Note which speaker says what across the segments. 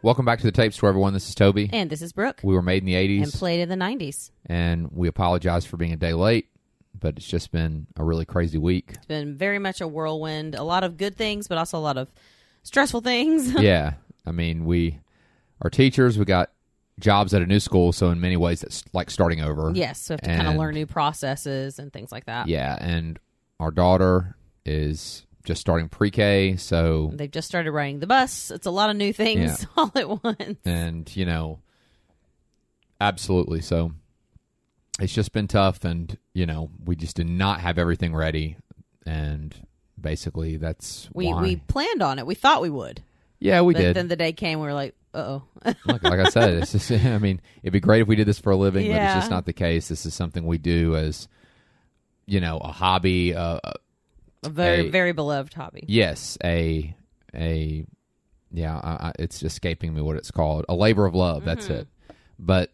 Speaker 1: Welcome back to the tapes to everyone. This is Toby.
Speaker 2: And this is Brooke.
Speaker 1: we were made in the 80s
Speaker 2: And played in the 90s.
Speaker 1: and we apologize for being a day late, but it's just been a really crazy week.
Speaker 2: It's been very much a whirlwind. A lot of good things, but also a lot of stressful things.
Speaker 1: yeah. I mean, we are teachers, we got jobs at a new school, so in many ways it's like starting over.
Speaker 2: yes, so we have to kind of
Speaker 1: And-
Speaker 2: learn new processes and things like that.
Speaker 1: Yeah, and our daughter is just starting pre-K, so
Speaker 2: They've just started riding the bus. It's a lot of new things all at once.
Speaker 1: and you know absolutely so it's just been tough and you know we just did not have everything ready and basically that's
Speaker 2: We
Speaker 1: why
Speaker 2: we planned on it. We thought we would.
Speaker 1: yeah we
Speaker 2: but
Speaker 1: did
Speaker 2: then the day came, we were like, uh oh.
Speaker 1: like, like I said, it's just, I mean, it'd be great if we did this for a living, but it's
Speaker 2: Yeah.
Speaker 1: just not the case. This is something we do as, you know, a hobby. Uh, uh,
Speaker 2: a very,
Speaker 1: Hey.
Speaker 2: very beloved hobby.
Speaker 1: yes, a, a, yeah, I, I, it's escaping me what it's called. A labor of love.
Speaker 2: Mm-hmm.
Speaker 1: That's it. But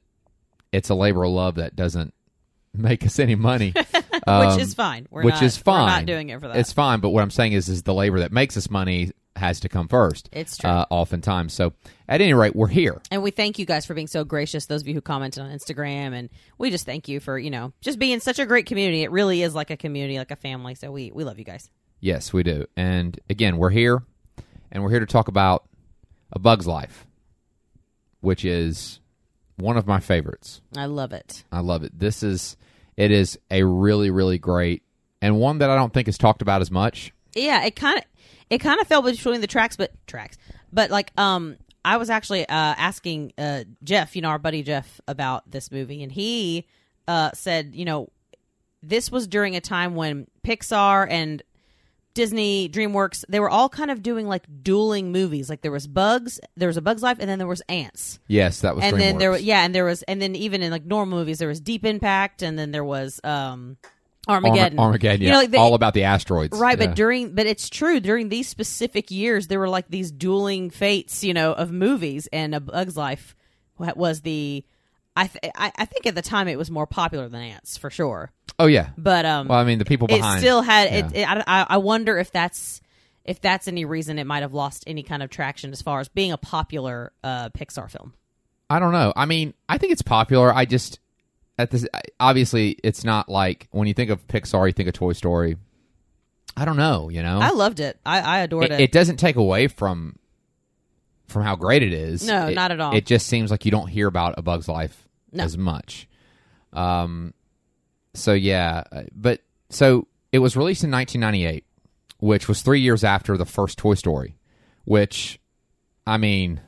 Speaker 1: it's a labor of love that doesn't make us any money, um,
Speaker 2: which is fine. We're
Speaker 1: which
Speaker 2: not,
Speaker 1: is fine.
Speaker 2: We're not doing it for that.
Speaker 1: It's fine. But what I'm saying is, is the labor that makes us money has to come first.
Speaker 2: It's true.
Speaker 1: Uh, oftentimes. So at any rate, we're here.
Speaker 2: and we thank you guys for being so gracious those of you who commented on instagram and we just thank you for you know just being such a great community it really is like a community like a family so we we love you guys
Speaker 1: Yes, we do. And again, we're here, and we're here to talk about A Bug's Life, which is one of my favorites.
Speaker 2: i love it
Speaker 1: I love it. This is it is a really really great and one that I don't think is talked about as much.
Speaker 2: yeah it kind of it kind of fell between the tracks but tracks but like um i was actually uh asking uh jeff you know our buddy jeff about this movie and he uh said you know this was during a time when pixar and Disney, DreamWorks, they were all kind of doing like dueling movies. Like there was Bugs, there was a Bugs Life, and then there was Ants.
Speaker 1: Yes, that was
Speaker 2: and then there
Speaker 1: DreamWorks.
Speaker 2: was yeah, and there was and then even in like normal movies there was Deep Impact and then there was um
Speaker 1: Arma-
Speaker 2: Armageddon.
Speaker 1: Armageddon, yeah,
Speaker 2: You know, like they-
Speaker 1: all about the asteroids,
Speaker 2: right,
Speaker 1: Yeah.
Speaker 2: but during but it's true during these specific years there were like these dueling fates, you know, of movies and A Bug's Life wa- was the I th- I I think at the time it was more popular than Ants for sure.
Speaker 1: oh yeah.
Speaker 2: But um
Speaker 1: Well, I mean, the people behind
Speaker 2: it still had
Speaker 1: yeah.
Speaker 2: it, it I, I I wonder if that's if that's any reason it might have lost any kind of traction as far as being a popular uh, Pixar film.
Speaker 1: I don't know. I mean, I think it's popular. I just at this I- obviously it's not like when you think of Pixar, you think of Toy Story. I don't know, you know.
Speaker 2: I loved it. I, I adored
Speaker 1: it,
Speaker 2: it.
Speaker 1: it doesn't take away from from how great it is.
Speaker 2: No,
Speaker 1: It-
Speaker 2: not at all.
Speaker 1: It just seems like you don't hear about a Bug's Life
Speaker 2: No.
Speaker 1: as much. Um, so yeah, uh, but so it was released in 1998, which was three years after the first Toy Story, which, I mean,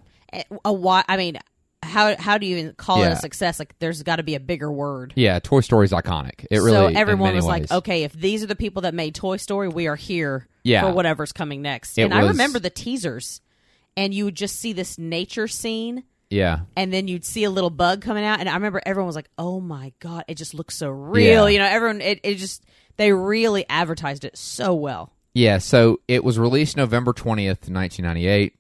Speaker 2: a why? I mean, how how do you even call it
Speaker 1: Yeah.
Speaker 2: a success? Like, there's got to be a bigger word.
Speaker 1: yeah, Toy Story's iconic. It really.
Speaker 2: so
Speaker 1: in
Speaker 2: everyone
Speaker 1: many
Speaker 2: was
Speaker 1: ways.
Speaker 2: like, okay, if these are the people that made Toy Story, we are here
Speaker 1: Yeah.
Speaker 2: for whatever's coming next.
Speaker 1: It
Speaker 2: and I
Speaker 1: was-
Speaker 2: remember the teasers, and you would just see this nature scene.
Speaker 1: yeah,
Speaker 2: and then you'd see a little bug coming out and i remember everyone was like oh my god it just looks so
Speaker 1: Yeah.
Speaker 2: real you know everyone it, it just they really advertised it so well
Speaker 1: yeah. So it was released November 20th, 1998.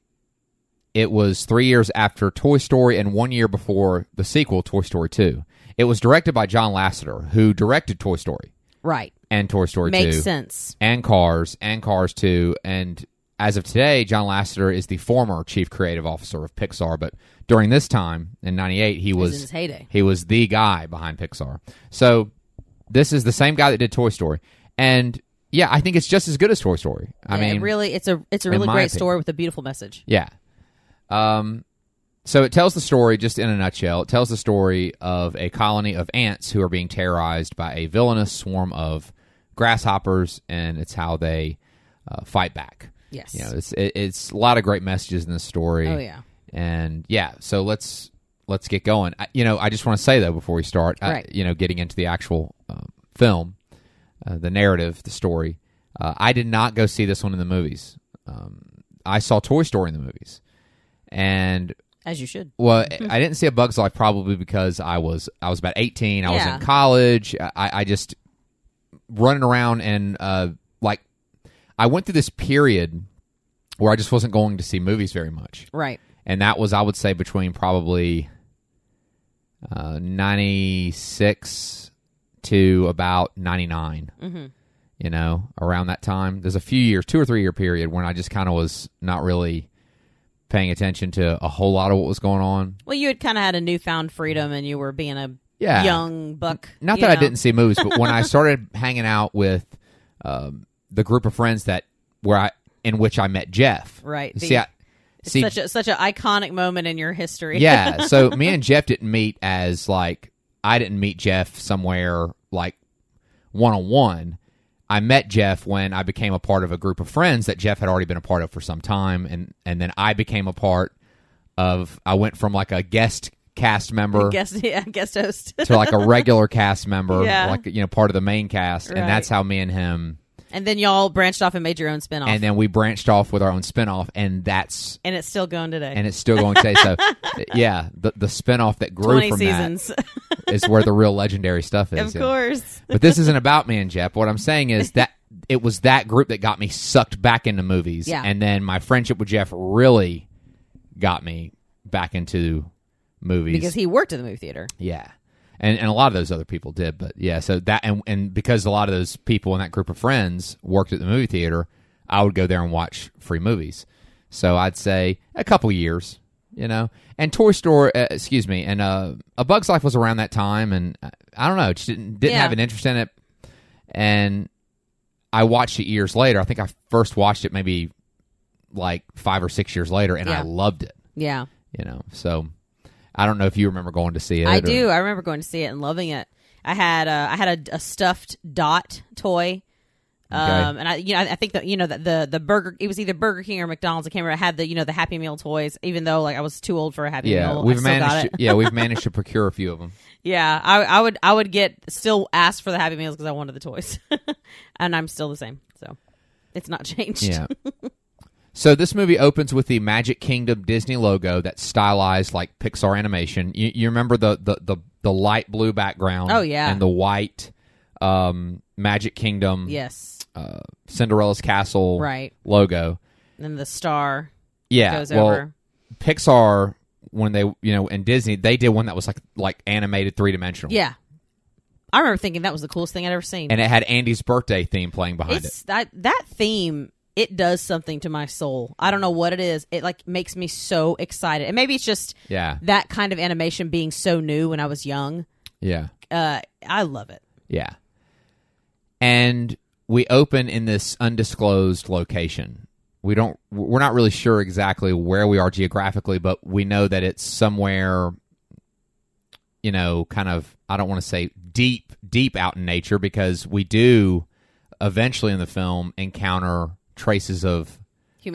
Speaker 1: It was three years after Toy Story and one year before the sequel, Toy Story 2. It was directed by John Lasseter, who directed Toy Story
Speaker 2: right
Speaker 1: and Toy Story
Speaker 2: makes
Speaker 1: 2
Speaker 2: sense
Speaker 1: and Cars and Cars 2. And as of today, John Lasseter is the former chief creative officer of Pixar. But during this time in 98, he
Speaker 2: was
Speaker 1: was
Speaker 2: in his heyday
Speaker 1: He was the guy behind Pixar. So this is the same guy that did Toy Story. And yeah, I think it's just as good as Toy Story. I
Speaker 2: Yeah, it
Speaker 1: mean,
Speaker 2: really it's a it's a
Speaker 1: in
Speaker 2: really
Speaker 1: my
Speaker 2: great
Speaker 1: opinion.
Speaker 2: story with a beautiful message
Speaker 1: yeah. Um, so it tells the story just in a nutshell. It tells the story of a colony of ants who are being terrorized by a villainous swarm of grasshoppers, and it's how they uh, fight back.
Speaker 2: yes
Speaker 1: You know, it's it, it's a lot of great messages in this story.
Speaker 2: oh yeah
Speaker 1: and yeah so let's let's get going I, you know i just want to say though before we start I-
Speaker 2: Right.
Speaker 1: you know getting into the actual um, film uh, the narrative the story uh, i did not go see this one in the movies um, i saw toy story in the movies and
Speaker 2: as you should
Speaker 1: well i didn't see a bug's life probably because i was i was about 18 i was
Speaker 2: Yeah.
Speaker 1: in college i, I just running around and uh, like i went through this period where i just wasn't going to see movies very much
Speaker 2: right
Speaker 1: and that was I would say between probably uh, ninety six to about ninety
Speaker 2: Mhm.
Speaker 1: You know, around that time, there's a few years, two or three year period when I just kind of was not really paying attention to a whole lot of what was going on.
Speaker 2: Well, you had kind of had a newfound freedom, and you were being a
Speaker 1: Yeah.
Speaker 2: young buck.
Speaker 1: Not
Speaker 2: you
Speaker 1: that I
Speaker 2: know.
Speaker 1: didn't see movies, but when I started hanging out with um, the group of friends that where I in which I met Jeff.
Speaker 2: Right,
Speaker 1: See,
Speaker 2: the-
Speaker 1: I,
Speaker 2: It's
Speaker 1: see,
Speaker 2: such a such an iconic moment in your history.
Speaker 1: yeah. So me and Jeff didn't meet as like I didn't meet Jeff somewhere like one on one. I met Jeff when I became a part of a group of friends that Jeff had already been a part of for some time, and and then I became a part of. I went from like a guest cast member
Speaker 2: guest yeah, guest host.
Speaker 1: to like a regular cast member,
Speaker 2: Yeah.
Speaker 1: like you know, part of the main cast,
Speaker 2: Right.
Speaker 1: and that's how me and him.
Speaker 2: and then y'all branched off and made your own spinoff,
Speaker 1: And
Speaker 2: and,
Speaker 1: then we branched off with our own spinoff, and that's
Speaker 2: and it's still going today.
Speaker 1: and it's still going today. So, yeah, the the spinoff that grew
Speaker 2: Twenty
Speaker 1: from
Speaker 2: seasons,
Speaker 1: that is where the real legendary stuff is.
Speaker 2: of
Speaker 1: Yeah.
Speaker 2: course.
Speaker 1: But this isn't about me and Jeff. What I'm saying is that it was that group that got me sucked back into movies,
Speaker 2: Yeah.
Speaker 1: and then my friendship with Jeff really got me back into movies
Speaker 2: Because he worked in the movie theater.
Speaker 1: Yeah. And, and a lot of those other people did, but yeah, so that and, and because a lot of those people in that group of friends worked at the movie theater, I would go there and watch free movies. So I'd say a couple years, you know. And Toy Story, uh, excuse me, and uh, A Bug's Life was around that time, and I- I don't know, just didn't didn't
Speaker 2: Yeah.
Speaker 1: have an interest in it. And I watched it years later. I think I first watched it maybe like five or six years later, and
Speaker 2: Yeah.
Speaker 1: I loved it,
Speaker 2: Yeah,
Speaker 1: you know. So I don't know if you remember going to see it.
Speaker 2: I
Speaker 1: or-
Speaker 2: do. I remember going to see it and loving it. I had uh, I had a, a stuffed dot toy. Um, and I, you know, I I think that you know that the the burger it was either Burger King or McDonald's. I can't remember. I had the you know the Happy Meal toys, even though like I was too old for a Happy
Speaker 1: Yeah,
Speaker 2: Meal. I
Speaker 1: we've
Speaker 2: still got
Speaker 1: managed.
Speaker 2: it.
Speaker 1: To, yeah, we've managed to procure a few of them.
Speaker 2: Yeah, I, I would I would get still ask for the Happy Meals because I wanted the toys, and I'm still the same. So it's not changed.
Speaker 1: Yeah. so this movie opens with the Magic Kingdom Disney logo that's stylized like Pixar animation. You, you remember the, the the the light blue background?
Speaker 2: Oh, yeah.
Speaker 1: and the white um, Magic Kingdom,
Speaker 2: Yes.
Speaker 1: uh, Cinderella's castle,
Speaker 2: Right.
Speaker 1: logo.
Speaker 2: And the star
Speaker 1: Yeah,
Speaker 2: goes
Speaker 1: well,
Speaker 2: over.
Speaker 1: Pixar when they you know and Disney they did one that was like like animated three dimensional.
Speaker 2: Yeah. I remember thinking that was the coolest thing I'd ever seen.
Speaker 1: and it had Andy's birthday theme playing behind it.
Speaker 2: it's that that theme. It does something to my soul. I don't know what it is. It like makes me so excited. And maybe it's just
Speaker 1: Yeah,
Speaker 2: that kind of animation being so new when I was young.
Speaker 1: yeah.
Speaker 2: Uh, I love it.
Speaker 1: Yeah. And we open in this undisclosed location. We don't we're not really sure exactly where we are geographically, but we know that it's somewhere you know, kind of I don't want to say deep deep out in nature because we do eventually in the film encounter traces of where-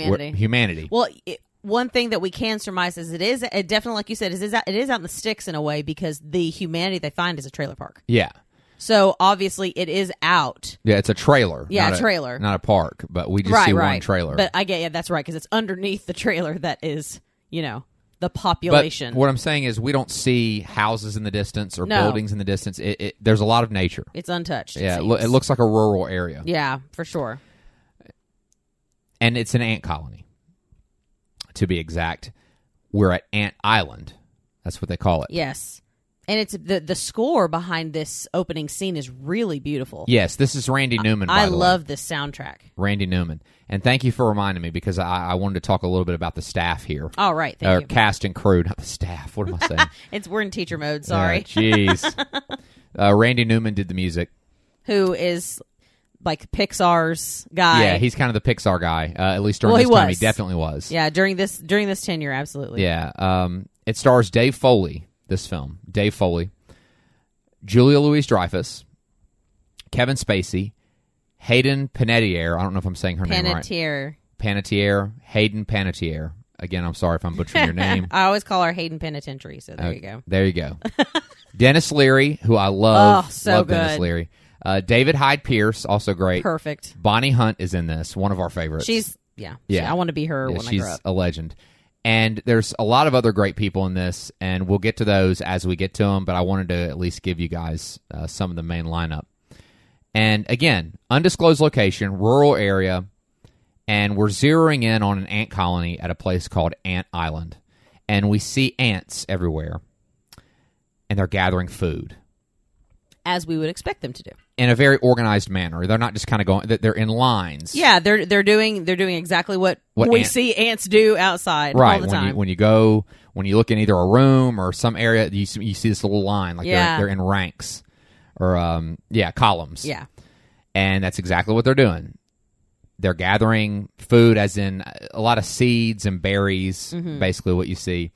Speaker 2: Humanity.
Speaker 1: humanity.
Speaker 2: Well, it, one thing that we can surmise is it is it definitely, like you said, is is out, it is out in the sticks in a way because the humanity they find is a trailer park.
Speaker 1: yeah.
Speaker 2: So obviously it is out.
Speaker 1: Yeah, it's a trailer.
Speaker 2: Yeah,
Speaker 1: not
Speaker 2: a trailer.
Speaker 1: Not a park, but we just
Speaker 2: right,
Speaker 1: see
Speaker 2: right.
Speaker 1: one trailer.
Speaker 2: But I get yeah, that's right because it's underneath the trailer that is you know the
Speaker 1: But
Speaker 2: population.
Speaker 1: what I'm saying is, we don't see houses in the distance or
Speaker 2: No.
Speaker 1: buildings in the distance. It, it, there's a lot of nature.
Speaker 2: it's untouched. it
Speaker 1: yeah, it, loo-
Speaker 2: seems.
Speaker 1: it looks like a rural area,
Speaker 2: Yeah, for sure.
Speaker 1: and it's an ant colony. To be exact, we're at Ant Island. That's what they call it.
Speaker 2: Yes, and it's the the score behind this opening scene is really beautiful.
Speaker 1: Yes, this is Randy Newman. by
Speaker 2: I
Speaker 1: the way.
Speaker 2: love this soundtrack.
Speaker 1: Randy Newman, and thank you for reminding me because I, I wanted to talk a little bit about the staff here,
Speaker 2: All right,
Speaker 1: or
Speaker 2: Oh, thank you.
Speaker 1: cast and crew, not the staff. What am I saying?
Speaker 2: It's we're in teacher mode. Sorry.
Speaker 1: Yeah, Jeez, uh, Randy Newman did the music.
Speaker 2: who is like Pixar's guy.
Speaker 1: Yeah, he's kind of the Pixar guy. Uh, at least during
Speaker 2: Well, he
Speaker 1: this time,
Speaker 2: was.
Speaker 1: he definitely was.
Speaker 2: yeah during this during this tenure, absolutely.
Speaker 1: Yeah. Um, it stars Dave Foley, this film. Dave Foley, Julia Louise Dreyfus, Kevin Spacey, Hayden Panettiere. I don't know if I'm saying her name right.
Speaker 2: Panettiere.
Speaker 1: Panettiere. Hayden Panettiere. Again, I'm sorry if I'm butchering your name.
Speaker 2: I always call her Hayden Penitentiary. So there you go.
Speaker 1: There you go. Dennis Leary, who I love.
Speaker 2: Oh, so
Speaker 1: love Dennis
Speaker 2: good.
Speaker 1: Leary. Uh, David Hyde Pierce, also great.
Speaker 2: Perfect.
Speaker 1: Bonnie Hunt is in this, one of our favorites.
Speaker 2: She's yeah.
Speaker 1: Yeah.
Speaker 2: She- I want to be her
Speaker 1: Yeah,
Speaker 2: when I
Speaker 1: she's
Speaker 2: grow up.
Speaker 1: a legend. And there's a lot of other great people in this, and we'll get to those as we get to them. But I wanted to at least give you guys uh, some of the main lineup. And again, undisclosed location, rural area, and we're zeroing in on an ant colony at a place called Ant Island. And we see ants everywhere, and they're gathering food.
Speaker 2: As we would expect them to do.
Speaker 1: in a very organized manner. They're not just kind of going. that They're in lines.
Speaker 2: Yeah, they're they're doing they're doing exactly what,
Speaker 1: What
Speaker 2: we
Speaker 1: ant-
Speaker 2: see ants do outside
Speaker 1: Right.
Speaker 2: all the
Speaker 1: when
Speaker 2: time.
Speaker 1: you when you go when you look in either a room or some area, you see, you see this little line like
Speaker 2: Yeah.
Speaker 1: they're, they're in ranks or um yeah columns.
Speaker 2: yeah,
Speaker 1: and that's exactly what they're doing. They're gathering food, as in uh, a lot of seeds and berries.
Speaker 2: Mm-hmm.
Speaker 1: Basically, what you see.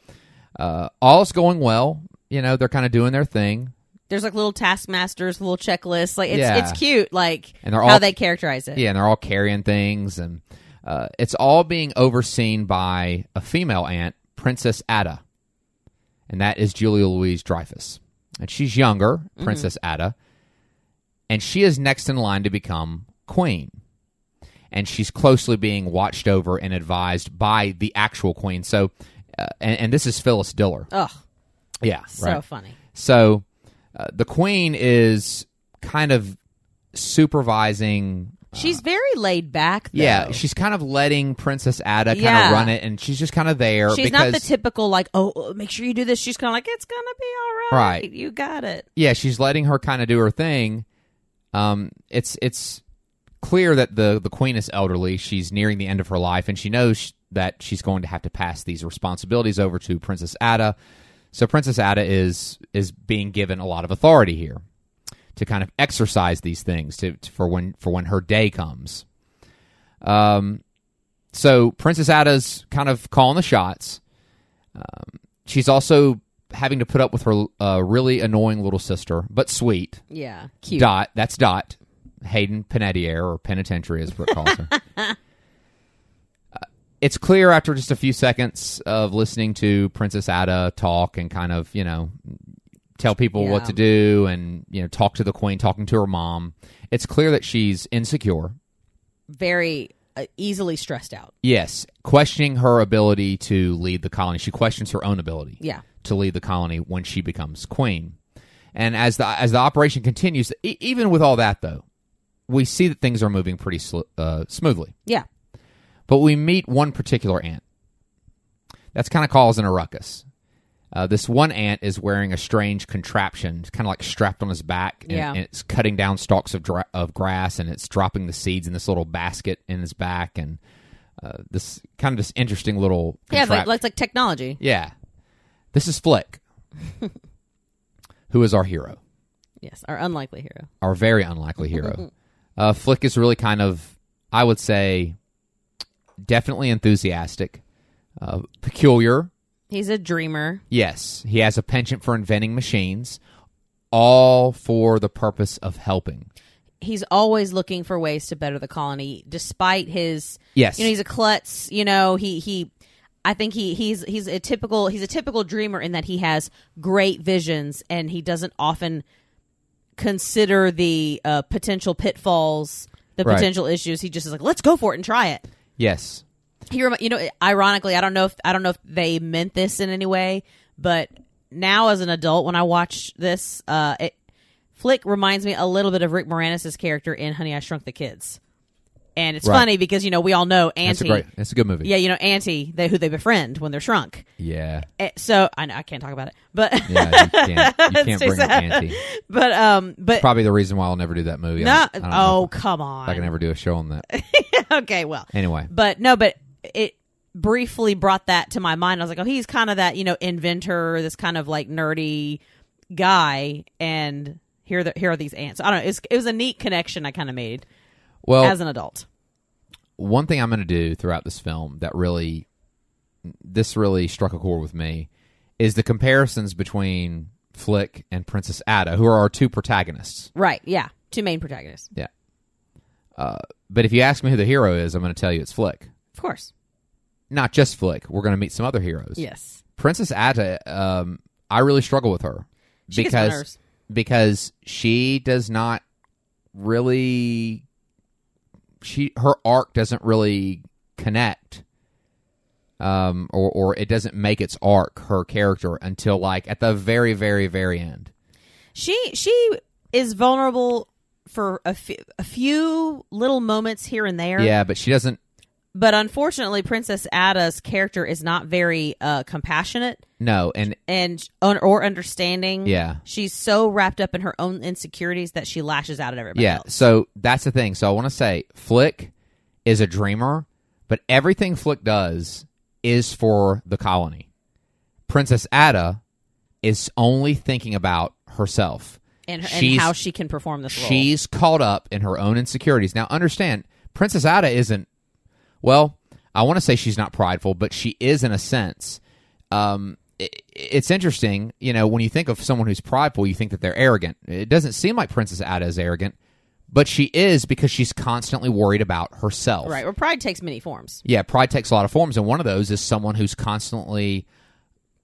Speaker 1: Uh, all's going well. You know, they're kind of doing their thing.
Speaker 2: there's like little taskmasters, little checklists. Like it's
Speaker 1: Yeah.
Speaker 2: it's cute. Like
Speaker 1: And they're
Speaker 2: how
Speaker 1: all-
Speaker 2: they characterize it.
Speaker 1: Yeah, and they're all carrying things, and uh, it's all being overseen by a female aunt, Princess Ada, and that is Julia Louise Dreyfus, and she's younger, Princess Ada, and she is next in line to become queen, and she's closely being watched over and advised by the actual queen. So, uh, and, and this is Phyllis Diller.
Speaker 2: Ugh,
Speaker 1: Yeah,
Speaker 2: so
Speaker 1: right.
Speaker 2: funny.
Speaker 1: So uh, the queen is kind of supervising
Speaker 2: She's very laid back. Though.
Speaker 1: Uh. yeah, she's kind of letting Princess Ada kind
Speaker 2: Yeah.
Speaker 1: of run it, and she's just kind of there.
Speaker 2: She's
Speaker 1: because,
Speaker 2: not the typical like, oh, make sure you do this. She's kind of like, it's gonna be all right.
Speaker 1: Right.
Speaker 2: You got it.
Speaker 1: yeah, she's letting her kind of do her thing. Um, it's it's clear that the the queen is elderly. She's nearing the end of her life, and she knows sh- that she's going to have to pass these responsibilities over to Princess Ada. So Princess Ada is is being given a lot of authority here to kind of exercise these things to, to- for when for when her day comes. Um, so Princess Ada's kind of calling the shots. Um, she's also having to put up with her uh, really annoying little sister, but sweet
Speaker 2: Yeah, cute.
Speaker 1: Dot. That's Dot. Hayden Panettiere or Penitentiary is what it calls her. Uh, It's clear after just a few seconds of listening to Princess Ada talk and kind of, you know, tell people what
Speaker 2: Yeah.
Speaker 1: to do and, you know, talk to the queen, talking to her mom. It's clear that she's insecure.
Speaker 2: Very uh, easily stressed out.
Speaker 1: Yes, questioning her ability to lead the colony. She questions her own ability
Speaker 2: Yeah,
Speaker 1: to lead the colony when she becomes queen. And as the as the operation continues, e- even with all that though, we see that things are moving pretty sl- uh, smoothly.
Speaker 2: yeah.
Speaker 1: But we meet one particular ant that's kind of causing a ruckus. Uh, this one ant is wearing a strange contraption, kind of like strapped on his back, and,
Speaker 2: Yeah.
Speaker 1: and it's cutting down stalks of dra- of grass, and it's dropping the seeds in this little basket in his back, and uh, this kind of this interesting little
Speaker 2: Yeah, but
Speaker 1: contraption.
Speaker 2: like, like technology.
Speaker 1: Yeah. This is Flick, who is our hero,
Speaker 2: Yes, our unlikely hero.
Speaker 1: our very unlikely hero. uh, Flick is really kind of, I would say, definitely enthusiastic, uh, peculiar.
Speaker 2: He's a dreamer.
Speaker 1: Yes, he has a penchant for inventing machines, all for the purpose of helping.
Speaker 2: He's always looking for ways to better the colony, despite his.
Speaker 1: Yes.
Speaker 2: You know, he's a klutz. You know, he he. I think he he's he's a typical he's a typical dreamer in that he has great visions and he doesn't often consider the uh, potential pitfalls, the
Speaker 1: Right.
Speaker 2: potential issues. He just is like, let's go for it and try it.
Speaker 1: yes.
Speaker 2: he remi- you know ironically i don't know if i don't know if they meant this in any way but now as an adult when i watch this uh it flick reminds me a little bit of rick moranis's character in honey i shrunk the kids and it's
Speaker 1: Right.
Speaker 2: funny because you know we all know
Speaker 1: That's a
Speaker 2: auntie
Speaker 1: great, that's a good movie.
Speaker 2: yeah you know auntie they who they befriend when they're shrunk
Speaker 1: Yeah.
Speaker 2: Eh, so i know i can't talk about it but
Speaker 1: Yeah, you can't, you
Speaker 2: It's
Speaker 1: can't
Speaker 2: too
Speaker 1: bring up
Speaker 2: sad.
Speaker 1: Auntie.
Speaker 2: but um but
Speaker 1: Probably the reason why I'll never do that movie. I
Speaker 2: no
Speaker 1: don't- I don't know
Speaker 2: oh come
Speaker 1: if I can
Speaker 2: on
Speaker 1: ever do a show on that.
Speaker 2: okay well
Speaker 1: Anyway.
Speaker 2: But no, but it briefly brought that to my mind. I was like, oh, he's kind of that, you know, inventor, this kind of like nerdy guy, and here the, here are these ants. I don't know. It's, it was a neat connection I kind of made
Speaker 1: Well,
Speaker 2: as an adult.
Speaker 1: one thing I'm going to do throughout this film that really, this really struck a chord with me, is the comparisons between Flick and Princess Ada, who are our two protagonists.
Speaker 2: Right? Yeah. Two main protagonists,
Speaker 1: Yeah. Uh, but if you ask me who the hero is, I'm going to tell you it's Flick.
Speaker 2: of course.
Speaker 1: Not just Flick. We're going to meet some other heroes.
Speaker 2: Yes.
Speaker 1: Princess Ada, um, I really struggle with her
Speaker 2: She gets on my
Speaker 1: because
Speaker 2: nerves.
Speaker 1: because she does not really she her arc doesn't really connect um or or it doesn't make its arc her character until like at the very very very end
Speaker 2: She she is vulnerable for a fe- a few little moments here and there.
Speaker 1: yeah but she doesn't
Speaker 2: But unfortunately, Princess Ada's character is not very uh, compassionate
Speaker 1: No, and
Speaker 2: and un- or understanding.
Speaker 1: yeah.
Speaker 2: She's so wrapped up in her own insecurities that she lashes out at everybody
Speaker 1: Yeah.
Speaker 2: else.
Speaker 1: So that's the thing. So I want to say Flick is a dreamer, but everything Flick does is for the colony. Princess Ada is only thinking about herself.
Speaker 2: And, her, and
Speaker 1: She's-
Speaker 2: how she can perform this role.
Speaker 1: She's caught up in her own insecurities. Now, understand, Princess Ada isn't, well, I want to say she's not prideful, but she is in a sense. Um, i it's interesting, you know, when you think of someone who's prideful, you think that they're arrogant. It doesn't seem like Princess Ada is arrogant, but she is because she's constantly worried about herself.
Speaker 2: right. Well, pride takes many forms.
Speaker 1: Yeah, pride takes a lot of forms, and one of those is someone who's constantly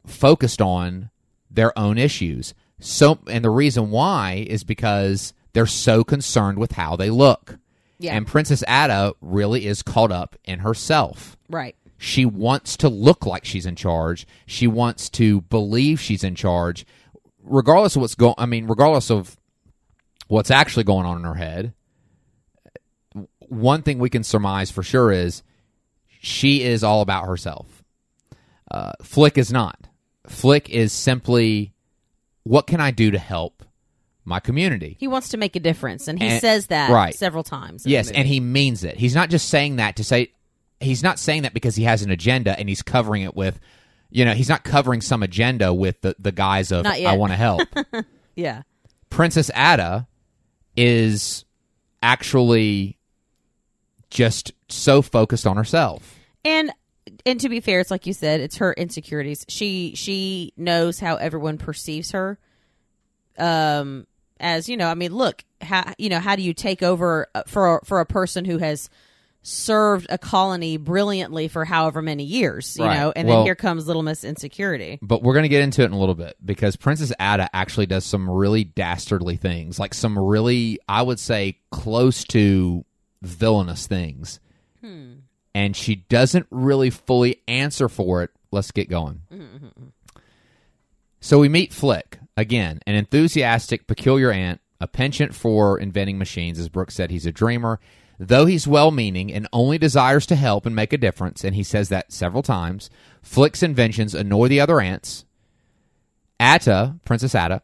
Speaker 1: focused on their own issues. So, and the reason why is because they're so concerned with how they look.
Speaker 2: Yeah.
Speaker 1: And Princess Ada really is caught up in herself.
Speaker 2: Right.
Speaker 1: She wants to look like she's in charge. She wants to believe she's in charge, regardless of what's going. I mean, regardless of what's actually going on in her head. One thing we can surmise for sure is she is all about herself. Uh, Flick is not. Flick is simply, what can I do to help my community?
Speaker 2: He wants to make a difference, and he
Speaker 1: And-
Speaker 2: says that
Speaker 1: right.
Speaker 2: several times. in the
Speaker 1: Yes,
Speaker 2: movie.
Speaker 1: and he means it. He's not just saying that to say he's not saying that because he has an agenda and he's covering it with you know, he's not covering some agenda with the, the guise of
Speaker 2: Not yet.
Speaker 1: I want to help.
Speaker 2: yeah,
Speaker 1: Princess Ada is actually just so focused on herself.
Speaker 2: and and to be fair, it's like you said, it's her insecurities. She she knows how everyone perceives her. Um, as you know, I mean, look, how you know, how do you take over uh, for for a person who has served a colony brilliantly for however many years, you
Speaker 1: Right.
Speaker 2: know? And
Speaker 1: Well-
Speaker 2: then here comes Little Miss Insecurity.
Speaker 1: But we're going to get into it in a little bit because Princess Ada actually does some really dastardly things, like some really, I would say, close to villainous things. And she doesn't really fully answer for it. Let's get going. So we meet Flick again, an enthusiastic, peculiar ant, a penchant for inventing machines. As Brooks said, he's a dreamer. Though he's well meaning and only desires to help and make a difference, and he says that several times, Flick's inventions annoy the other ants. Atta, Princess Atta,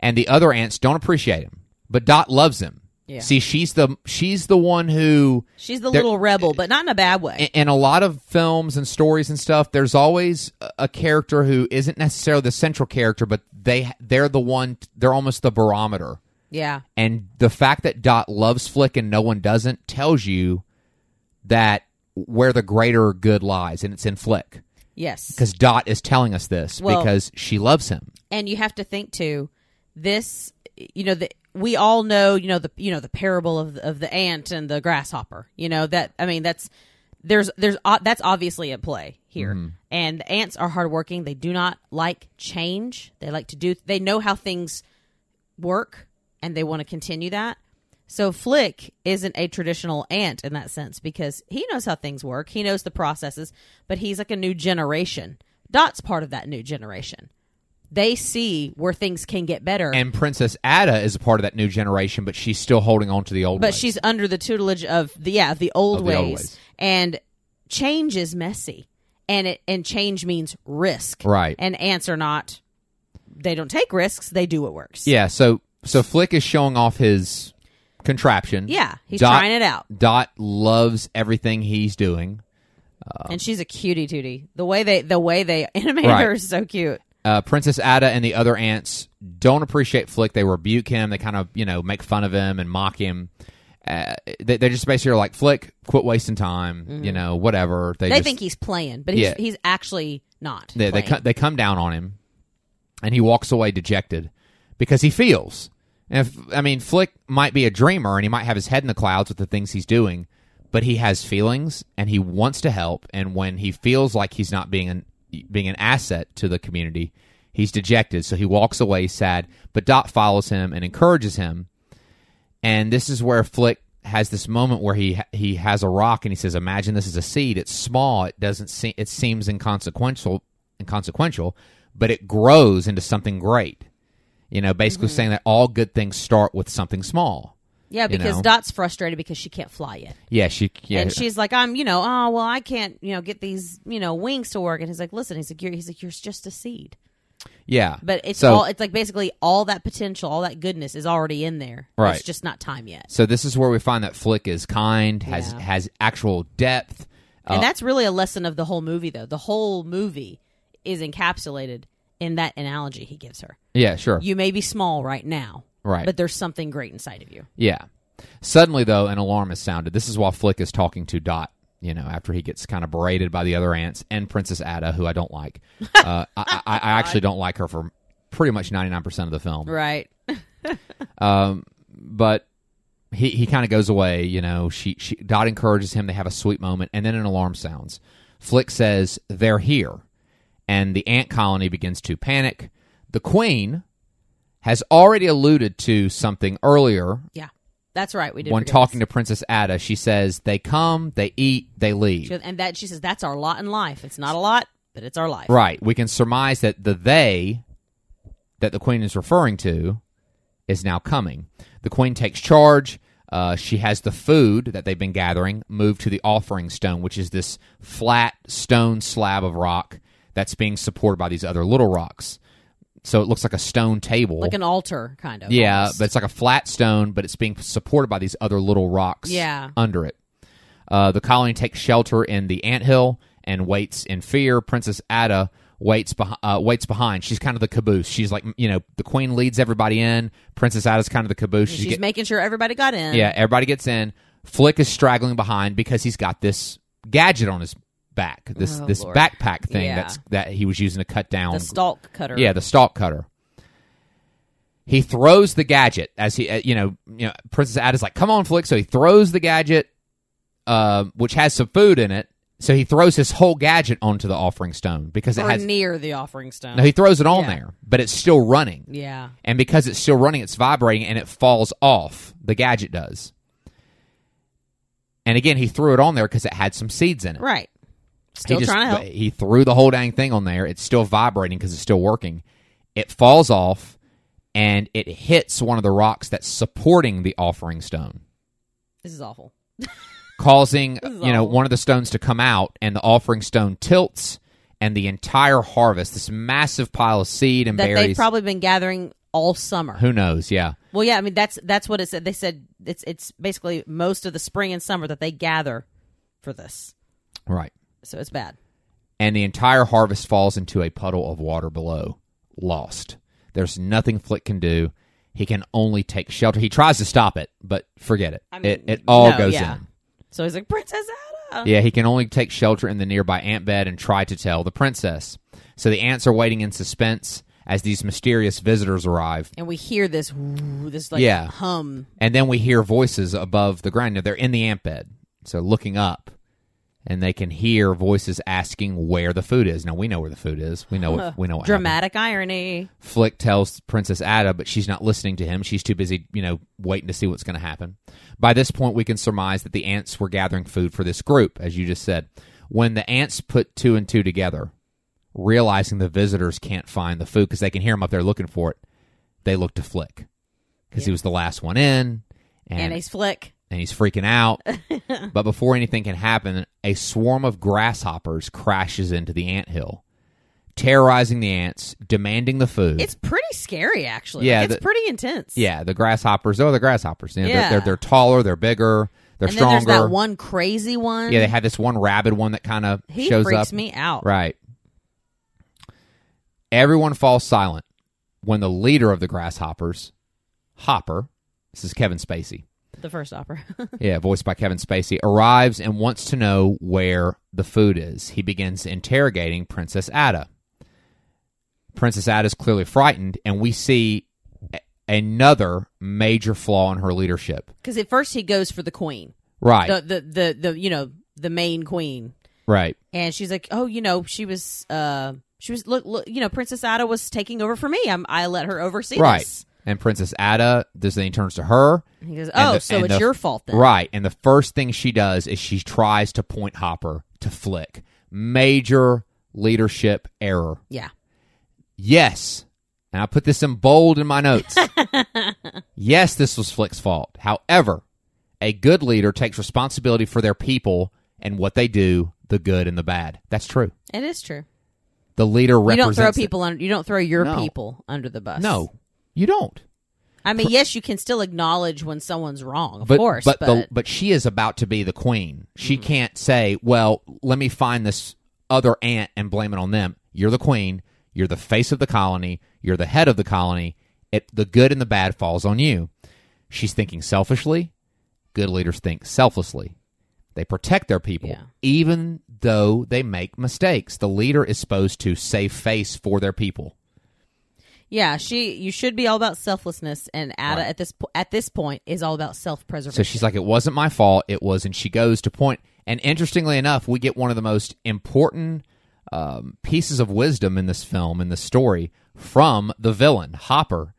Speaker 1: and the other ants don't appreciate him. But Dot loves him.
Speaker 2: Yeah.
Speaker 1: See, she's the she's the one who
Speaker 2: She's the
Speaker 1: There-
Speaker 2: little rebel, but not in a bad way.
Speaker 1: in- in a lot of films and stories and stuff, there's always a- a character who isn't necessarily the central character, but they they're the one they're almost the barometer.
Speaker 2: yeah.
Speaker 1: And the fact that Dot loves Flick and no one doesn't tells you that where the greater good lies, and it's in Flick
Speaker 2: Yes.
Speaker 1: because Dot is telling us this
Speaker 2: Well-
Speaker 1: because she loves him.
Speaker 2: and you have to think too this you know the we all know you know the you know the parable of the, of the ant and the grasshopper you know that i mean that's there's there's o- that's obviously at play here and the ants are hardworking they do not like change they like to do they know how things work and they want to continue that so flick isn't a traditional ant in that sense because he knows how things work he knows the processes but he's like a new generation dot's part of that new generation they see where things can get better.
Speaker 1: And Princess Ada is a part of that new generation, but she's still holding on to the old.
Speaker 2: but
Speaker 1: ways.
Speaker 2: she's under the tutelage of the yeah, of the old
Speaker 1: Of the
Speaker 2: ways.
Speaker 1: old ways.
Speaker 2: And change is messy. And it and change means risk.
Speaker 1: Right.
Speaker 2: And ants are not they don't take risks, they do what works.
Speaker 1: yeah. So so Flick is showing off his contraption.
Speaker 2: Yeah, he's
Speaker 1: Dot-
Speaker 2: trying it out.
Speaker 1: Dot loves everything he's doing.
Speaker 2: and she's a cutie tootie. The way they the way they animate
Speaker 1: Right.
Speaker 2: her is so cute.
Speaker 1: Uh, Princess Ada and the other ants don't appreciate Flick. They rebuke him. They kind of you know make fun of him and mock him. Uh, they, they just basically are like Flick, quit wasting time. You know, whatever. They,
Speaker 2: They
Speaker 1: just,
Speaker 2: think he's playing, but he's
Speaker 1: Yeah.
Speaker 2: he's actually not.
Speaker 1: they they,
Speaker 2: playing.
Speaker 1: co- they come down on him, and he walks away dejected because he feels. And if, I mean, Flick might be a dreamer and he might have his head in the clouds with the things he's doing, but he has feelings and he wants to help. And when he feels like he's not being an being an asset to the community, he's dejected. So he walks away sad. But Dot follows him and encourages him. And this is where Flick has this moment where he he has a rock and he says, "Imagine this is a seed. It's small. It doesn't seem. It seems inconsequential, inconsequential, but it
Speaker 2: Mm-hmm.
Speaker 1: grows into something great." You know, basically saying that all good things start with something small.
Speaker 2: Yeah,
Speaker 1: you
Speaker 2: because
Speaker 1: know?
Speaker 2: Dot's frustrated because she can't fly yet.
Speaker 1: yeah, she yeah,
Speaker 2: And she's like, I'm, you know, oh well, I can't, you know, get these, you know, wings to work. And he's like, listen, he's like, you're, he's like, you're just a seed.
Speaker 1: yeah.
Speaker 2: But it's
Speaker 1: so,
Speaker 2: all, it's like basically all that potential, all that goodness is already in there.
Speaker 1: Right.
Speaker 2: It's just not time yet.
Speaker 1: so this is where we find that Flick is kind, has
Speaker 2: Yeah.
Speaker 1: has actual depth. Uh,
Speaker 2: and that's really a lesson of the whole movie, though. The whole movie is encapsulated in that analogy he gives her.
Speaker 1: yeah, sure.
Speaker 2: You may be small right now,
Speaker 1: Right.
Speaker 2: But there's something great inside of you.
Speaker 1: Yeah. Suddenly, though, an alarm is sounded. This is while Flick is talking to Dot, you know, after he gets kind of berated by the other ants and Princess Ada, who I don't like. Uh, I, I, I actually don't like her for pretty much 99% of the film.
Speaker 2: Right.
Speaker 1: Um, but he, he kind of goes away, you know. She, she Dot encourages him. They have a sweet moment, and then an alarm sounds. Flick says, They're here. And the ant colony begins to panic. The queen has already alluded to something earlier
Speaker 2: Yeah. That's right. We did.
Speaker 1: when
Speaker 2: forget
Speaker 1: talking to Princess Ada, she says, "They come, they eat, they leave."
Speaker 2: this. She goes- and that she says that's our lot in life. It's not a lot, but it's our life.
Speaker 1: right. We can surmise that the they that the queen is referring to is now coming. The queen takes charge. Uh, she has the food that they've been gathering moved to the offering stone, which is this flat stone slab of rock that's being supported by these other little rocks. So it looks like a stone table.
Speaker 2: Like an altar, kind of.
Speaker 1: Yeah,
Speaker 2: almost.
Speaker 1: but it's like a flat stone, but it's being supported by these other little rocks
Speaker 2: Yeah.
Speaker 1: under it. Uh, the colony takes shelter in the anthill and waits in fear. Princess Ada waits, beh- uh, waits behind. She's kind of the caboose. She's like, you know, the queen leads everybody in. Princess Ada's kind of the caboose.
Speaker 2: she's
Speaker 1: She get-
Speaker 2: making sure everybody got in.
Speaker 1: yeah, everybody gets in. Flick is straggling behind because he's got this gadget on his back, this
Speaker 2: Oh,
Speaker 1: this
Speaker 2: Lord.
Speaker 1: backpack thing
Speaker 2: Yeah.
Speaker 1: that's that he was using to cut down
Speaker 2: The stalk cutter.
Speaker 1: yeah, the stalk cutter. He throws the gadget as he, uh, you know, you know, Princess Ada's like, "Come on, Flick!" So he throws the gadget, uh, which has some food in it. So he throws his whole gadget onto the offering stone because it
Speaker 2: Or
Speaker 1: has.
Speaker 2: near the offering stone.
Speaker 1: No, he throws it on
Speaker 2: Yeah.
Speaker 1: there, but it's still running.
Speaker 2: yeah.
Speaker 1: And because it's still running, it's vibrating and it falls off. The gadget does. And again, he threw it on there because it had some seeds in it.
Speaker 2: Right.
Speaker 1: He
Speaker 2: Still
Speaker 1: just-
Speaker 2: trying to help.
Speaker 1: He threw the whole dang thing on there. It's still vibrating because it's still working. It falls off and it hits one of the rocks that's supporting the offering stone,
Speaker 2: This is awful.
Speaker 1: causing
Speaker 2: This is
Speaker 1: you know
Speaker 2: awful.
Speaker 1: one of the stones to come out, and the offering stone tilts, and the entire harvest, this massive pile of seed and
Speaker 2: That they've
Speaker 1: berries.
Speaker 2: probably been gathering all summer.
Speaker 1: who knows? Yeah,
Speaker 2: Well, yeah, I mean that's that's what it said. They said it's it's basically most of the spring and summer that they gather for this.
Speaker 1: right.
Speaker 2: So it's bad.
Speaker 1: and the entire harvest falls into a puddle of water below, lost. There's nothing Flick can do. He can only take shelter. He tries to stop it, but forget it.
Speaker 2: I mean,
Speaker 1: it, it all
Speaker 2: no,
Speaker 1: goes
Speaker 2: yeah.
Speaker 1: in.
Speaker 2: So he's like Princess Ada.
Speaker 1: Yeah, he can only take shelter in the nearby ant bed and try to tell the princess. So the ants are waiting in suspense as these mysterious visitors arrive.
Speaker 2: And we hear this "Ooh," this like
Speaker 1: Yeah.
Speaker 2: hum.
Speaker 1: And then we hear voices above the ground. Now they're in the ant bed, so looking up, and they can hear voices asking where the food is. Now we know where the food is. We know what we know what happened.
Speaker 2: Dramatic irony.
Speaker 1: Flick tells Princess Ada, but she's not listening to him. She's too busy, you know, waiting to see what's going to happen. By this point, we can surmise that the ants were gathering food for this group, as you just said. When the ants put two and two together, realizing the visitors can't find the food because they can hear them up there looking for it, they look to Flick because he was the last one in, and,
Speaker 2: And he's flick.
Speaker 1: and he's freaking out. but before anything can happen, a swarm of grasshoppers crashes into the anthill, terrorizing the ants, demanding the food.
Speaker 2: It's pretty scary, actually.
Speaker 1: Yeah,
Speaker 2: Like, it's
Speaker 1: the-
Speaker 2: pretty intense.
Speaker 1: Yeah, the grasshoppers. Oh, the grasshoppers. You know, they're,
Speaker 2: Yeah.
Speaker 1: they're they're taller. They're bigger. They're
Speaker 2: and then
Speaker 1: stronger.
Speaker 2: there's that one crazy one.
Speaker 1: yeah, they have this one rabid one that kind of
Speaker 2: he
Speaker 1: shows
Speaker 2: freaks
Speaker 1: up.
Speaker 2: me out.
Speaker 1: Right. Everyone falls silent when the leader of the grasshoppers, Hopper, this is Kevin Spacey.
Speaker 2: The first opera.
Speaker 1: yeah, voiced by Kevin Spacey, arrives and wants to know where the food is. He begins interrogating Princess Ada. Princess Ada is clearly frightened, and we see a- another major flaw in her leadership.
Speaker 2: Because at first he goes for the queen,
Speaker 1: Right,
Speaker 2: the, the the the you know the main queen,
Speaker 1: right,
Speaker 2: and she's like, oh, you know, she was uh she was look look you know Princess Ada was taking over for me. I'm I let her oversee
Speaker 1: right.
Speaker 2: this.
Speaker 1: And Princess Ada, this then he turns to her.
Speaker 2: And He goes, oh,
Speaker 1: the-
Speaker 2: so
Speaker 1: and
Speaker 2: it's
Speaker 1: the-
Speaker 2: your fault then.
Speaker 1: Right, and the first thing she does is she tries to point Hopper to Flick. Major leadership error.
Speaker 2: Yeah.
Speaker 1: Yes, and I put this in bold in my notes. yes, this was Flick's fault. However, a good leader takes responsibility for their people and what they do, the good and the bad. That's true.
Speaker 2: It is true.
Speaker 1: The leader
Speaker 2: You don't
Speaker 1: represents.
Speaker 2: throw
Speaker 1: it.
Speaker 2: people under. You don't throw your
Speaker 1: No.
Speaker 2: people under the bus.
Speaker 1: No, you don't.
Speaker 2: I mean, yes, you can still acknowledge when someone's wrong, of
Speaker 1: But
Speaker 2: course.
Speaker 1: but
Speaker 2: But, Mm-hmm.
Speaker 1: the, but she is about to be the queen. She can't say, "Well, let me find this other aunt and blame it on them." You're the queen. You're the face of the colony. You're the head of the colony. It, the good and the bad falls on you. She's thinking selfishly. Good leaders think selflessly. They protect their people,
Speaker 2: Yeah.
Speaker 1: even though they make mistakes. The leader is supposed to save face for their people.
Speaker 2: yeah, she. You should be all about selflessness, and Ada at this po- at this point is all about self
Speaker 1: So
Speaker 2: preservation.
Speaker 1: she's like, it wasn't my fault. It was, and she goes to point- And interestingly enough, we get one of the most important um, pieces of wisdom in this film, in this story, from the villain Hopper.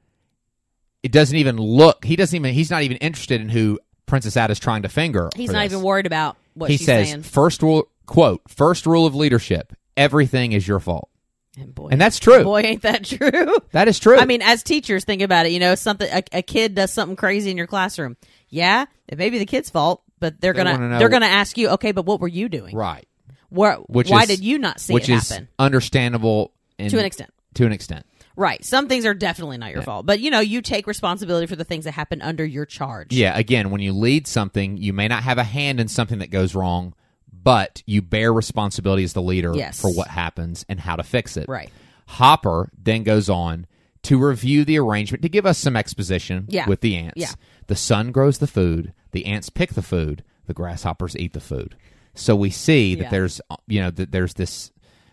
Speaker 1: It doesn't even look. He doesn't even. He's not even interested in who Princess Ada is trying to finger.
Speaker 2: He's
Speaker 1: for
Speaker 2: not
Speaker 1: this.
Speaker 2: even worried about what
Speaker 1: he
Speaker 2: she's
Speaker 1: says,
Speaker 2: saying.
Speaker 1: first rule quote, first rule of leadership: everything is your fault,
Speaker 2: And boy,
Speaker 1: and that's true.
Speaker 2: boy, ain't that true?
Speaker 1: that is true.
Speaker 2: I mean, as teachers, think about it. You know, something a, a kid does something crazy in your classroom. Yeah, it may be the kid's fault, but they're
Speaker 1: They wanna
Speaker 2: gonna
Speaker 1: know-
Speaker 2: they're gonna ask you, okay, but what were you doing?
Speaker 1: right?
Speaker 2: Where,
Speaker 1: Which
Speaker 2: why
Speaker 1: is-
Speaker 2: did you not see
Speaker 1: Which
Speaker 2: it
Speaker 1: is
Speaker 2: happen?
Speaker 1: understandable in,
Speaker 2: To an extent.
Speaker 1: To an extent.
Speaker 2: Right. Some things are definitely not your fault, but you know, you take responsibility for the things that happen under your charge.
Speaker 1: Yeah, again, when you lead something, you may not have a hand in something that goes wrong, but you bear responsibility as the leader
Speaker 2: Yes.
Speaker 1: for what happens and how to fix it.
Speaker 2: Right.
Speaker 1: Hopper then goes on to review the arrangement to give us some exposition
Speaker 2: Yeah.
Speaker 1: with the ants.
Speaker 2: Yeah.
Speaker 1: The sun grows the food, the ants pick the food, the grasshoppers eat the food. So we see that
Speaker 2: Yeah.
Speaker 1: there's uh, you know that there's this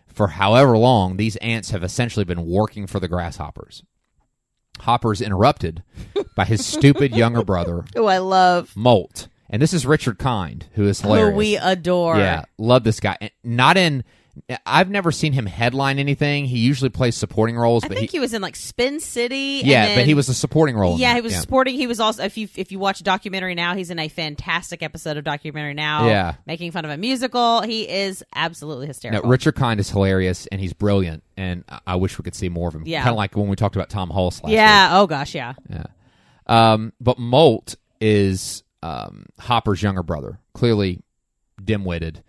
Speaker 1: for however long these ants have essentially been working for the grasshoppers. Hopper's interrupted by his stupid younger brother
Speaker 2: Who I love,
Speaker 1: Molt. And this is Richard Kind, who is hilarious.
Speaker 2: who we adore.
Speaker 1: yeah, love this guy. And Not in. I've never seen him headline anything. He usually plays supporting roles,
Speaker 2: I
Speaker 1: but
Speaker 2: think he, was in like Spin City.
Speaker 1: yeah,
Speaker 2: and
Speaker 1: but he
Speaker 2: then-
Speaker 1: was a supporting role. in
Speaker 2: Yeah,
Speaker 1: that,
Speaker 2: he was sporting. He was also if you if you watch documentary now, he's in a fantastic episode of documentary now.
Speaker 1: Yeah.
Speaker 2: making fun of a musical. He is absolutely
Speaker 1: No,
Speaker 2: hysterical.
Speaker 1: Richard Kind is hilarious, and he's brilliant, and I- I wish we could see more of him.
Speaker 2: Yeah.
Speaker 1: kind of like when we talked about Tom Hulse last
Speaker 2: yeah. Oh gosh. Yeah.
Speaker 1: week. Um, but Molt is um, Hopper's younger brother, clearly dim-witted.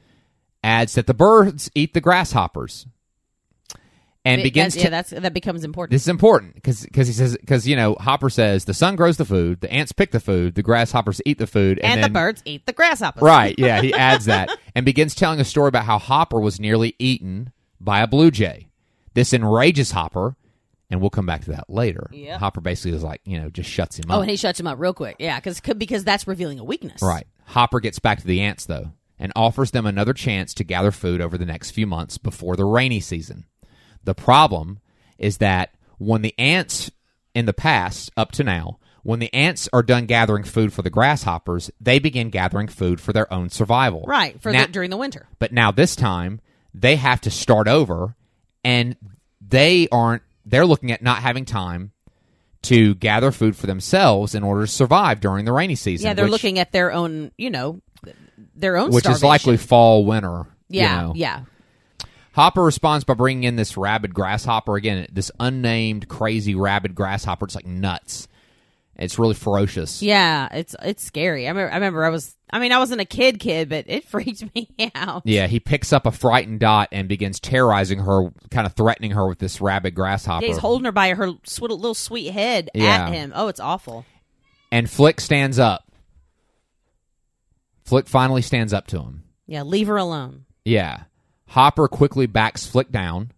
Speaker 1: Adds that the birds eat the grasshoppers, and
Speaker 2: Be-
Speaker 1: begins
Speaker 2: that-
Speaker 1: to
Speaker 2: yeah, that's that becomes important.
Speaker 1: This is important because he says because you know Hopper says the sun grows the food, the ants pick the food, the grasshoppers eat the food, and,
Speaker 2: and
Speaker 1: then,
Speaker 2: the birds eat the grasshoppers.
Speaker 1: Right? Yeah, he adds that and begins telling a story about how Hopper was nearly eaten by a blue jay. This enrages Hopper, and we'll come back to that later.
Speaker 2: Yep.
Speaker 1: Hopper basically is like you know just shuts him up.
Speaker 2: Oh, and he shuts him up real quick. Yeah, because because that's revealing a weakness.
Speaker 1: Right. Hopper gets back to the ants, though, and offers them another chance to gather food over the next few months before the rainy season. The problem is that when the ants in the past, up to now, when the ants are done gathering food for the grasshoppers, they begin gathering food for their own survival.
Speaker 2: Right. For
Speaker 1: Now-
Speaker 2: the, during the winter.
Speaker 1: but now this time they have to start over and they aren't they're looking at not having time to gather food for themselves in order to survive during the rainy season.
Speaker 2: Yeah, they're
Speaker 1: which-
Speaker 2: looking at their own. You know, their own.
Speaker 1: which is
Speaker 2: starvation.
Speaker 1: likely fall winter. you
Speaker 2: Yeah.
Speaker 1: know.
Speaker 2: Yeah.
Speaker 1: Hopper responds by bringing in this rabid grasshopper again. This unnamed, crazy rabid grasshopper. It's like nuts. It's really ferocious.
Speaker 2: Yeah, it's it's scary. I remember, I remember I was I mean I wasn't a kid kid, but it freaked me out.
Speaker 1: Yeah, he picks up a frightened dot and begins terrorizing her, kind of threatening her with this rabid grasshopper.
Speaker 2: Yeah, he's holding her by her sw- little sweet head
Speaker 1: Yeah.
Speaker 2: at him. Oh, it's awful.
Speaker 1: and Flick stands up. Flick finally stands up to him.
Speaker 2: Yeah, leave her alone.
Speaker 1: Yeah. Hopper quickly backs Flick down.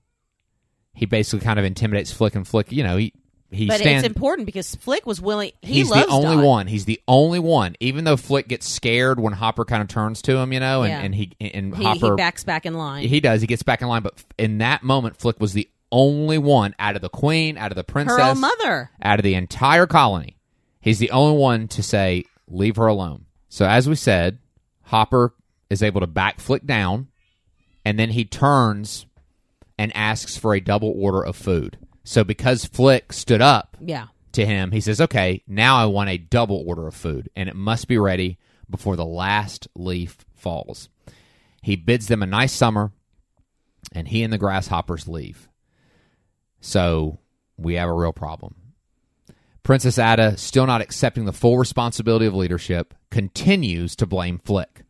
Speaker 1: He basically kind of intimidates Flick, and Flick, you know, he he
Speaker 2: but
Speaker 1: stands.
Speaker 2: it's important because Flick was willing. He
Speaker 1: he's
Speaker 2: loves
Speaker 1: the only
Speaker 2: Dot.
Speaker 1: one. He's the only one. Even though Flick gets scared when Hopper kind of turns to him, you know, and,
Speaker 2: Yeah.
Speaker 1: and he and
Speaker 2: He,
Speaker 1: Hopper
Speaker 2: he backs back in line.
Speaker 1: he does. He gets back in line, but f- in that moment, Flick was the only one out of the queen, out of the
Speaker 2: her
Speaker 1: princess,
Speaker 2: own mother.
Speaker 1: out of the entire colony. He's the only one to say leave her alone. So as we said, Hopper is able to back Flick down, and then he turns and asks for a double order of food. So because Flick stood up,
Speaker 2: Yeah,
Speaker 1: to him, he says, Okay, now I want a double order of food, and it must be ready before the last leaf falls. He bids them a nice summer, and he and the grasshoppers leave. So we have a real problem. Princess Ada, still not accepting the full responsibility of leadership, continues to blame Flick.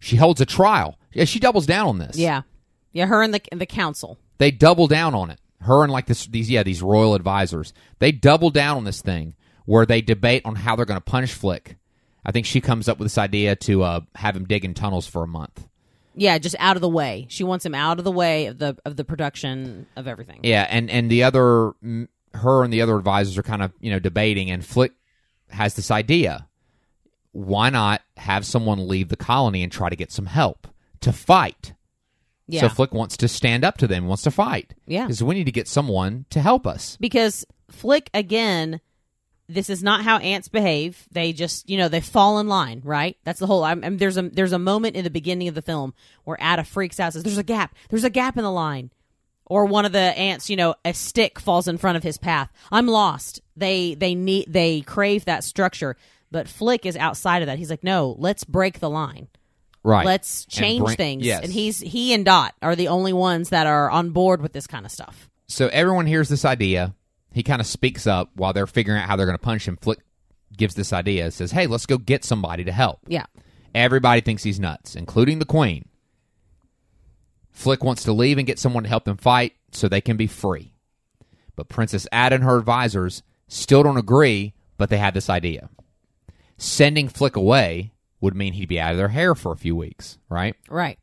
Speaker 1: She holds a trial. Yeah, she doubles down on this.
Speaker 2: Yeah. Yeah, her and the and the council.
Speaker 1: They double down on it. Her and like this these yeah, these royal advisors. They double down on this thing where they debate on how they're going to punish Flick. I think she comes up with this idea to uh, have him dig in tunnels for a month.
Speaker 2: Yeah, just out of the way. She wants him out of the way of the of the production of everything.
Speaker 1: Yeah, and and the other m- her and the other advisors are kind of you know debating, and Flick has this idea: why not have someone leave the colony and try to get some help to fight?
Speaker 2: Yeah.
Speaker 1: So Flick wants to stand up to them, wants to fight.
Speaker 2: Yeah.
Speaker 1: because we need to get someone to help us.
Speaker 2: because Flick again, this is not how ants behave. They just you know they fall in line, right? That's the whole. I'm, I'm- there's a there's a moment in the beginning of the film where Ada freaks out, says, "There's a gap. There's a gap in the line," or one of the ants, you know, a stick falls in front of his path. I'm lost. They they need they crave that structure, but Flick is outside of that. He's like, "No, let's break the line."
Speaker 1: Right.
Speaker 2: Let's
Speaker 1: And
Speaker 2: change
Speaker 1: bring-
Speaker 2: things.
Speaker 1: Yes.
Speaker 2: And he's he and Dot are the only ones that are on board with this kind of stuff.
Speaker 1: so everyone hears this idea. He kind of speaks up while they're figuring out how they're going to punch him. Flick gives this idea, says, "Hey, let's go get somebody to help."
Speaker 2: Yeah.
Speaker 1: Everybody thinks he's nuts, including the queen. Flick wants to leave and get someone to help them fight so they can be free. But Princess Ad and her advisors still don't agree, but they had this idea. Sending Flick away would mean he'd be out of their hair for a few weeks, right?
Speaker 2: Right.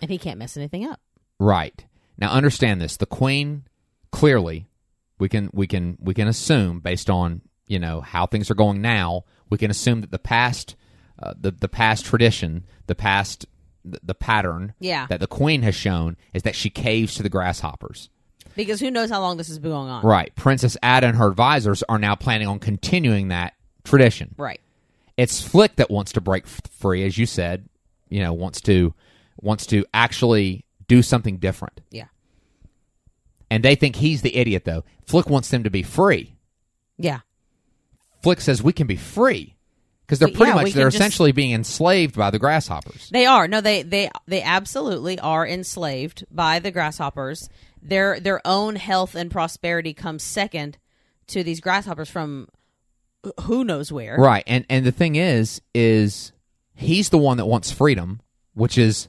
Speaker 2: And he can't mess anything up.
Speaker 1: Right. Now understand this. The queen clearly we can we can we can assume based on, you know, how things are going now, we can assume that the past uh, the the past tradition, the past the, the pattern
Speaker 2: Yeah.
Speaker 1: that the queen has shown is that she caves to the grasshoppers.
Speaker 2: Because who knows how long this has been going on.
Speaker 1: Right. Princess Ada and her advisors are now planning on continuing that tradition.
Speaker 2: Right.
Speaker 1: It's Flick that wants to break f- free as you said, you know, wants to wants to actually do something different.
Speaker 2: Yeah.
Speaker 1: and they think he's the idiot though. Flick wants them to be free.
Speaker 2: Yeah.
Speaker 1: Flick says we can be free because they're
Speaker 2: We-
Speaker 1: pretty
Speaker 2: yeah, we
Speaker 1: much they're
Speaker 2: can just-
Speaker 1: essentially being enslaved by the grasshoppers.
Speaker 2: They are. No, they they they absolutely are enslaved by the grasshoppers. Their their own health and prosperity comes second to these grasshoppers from who knows where.
Speaker 1: Right. And and the thing is is he's the one that wants freedom, which is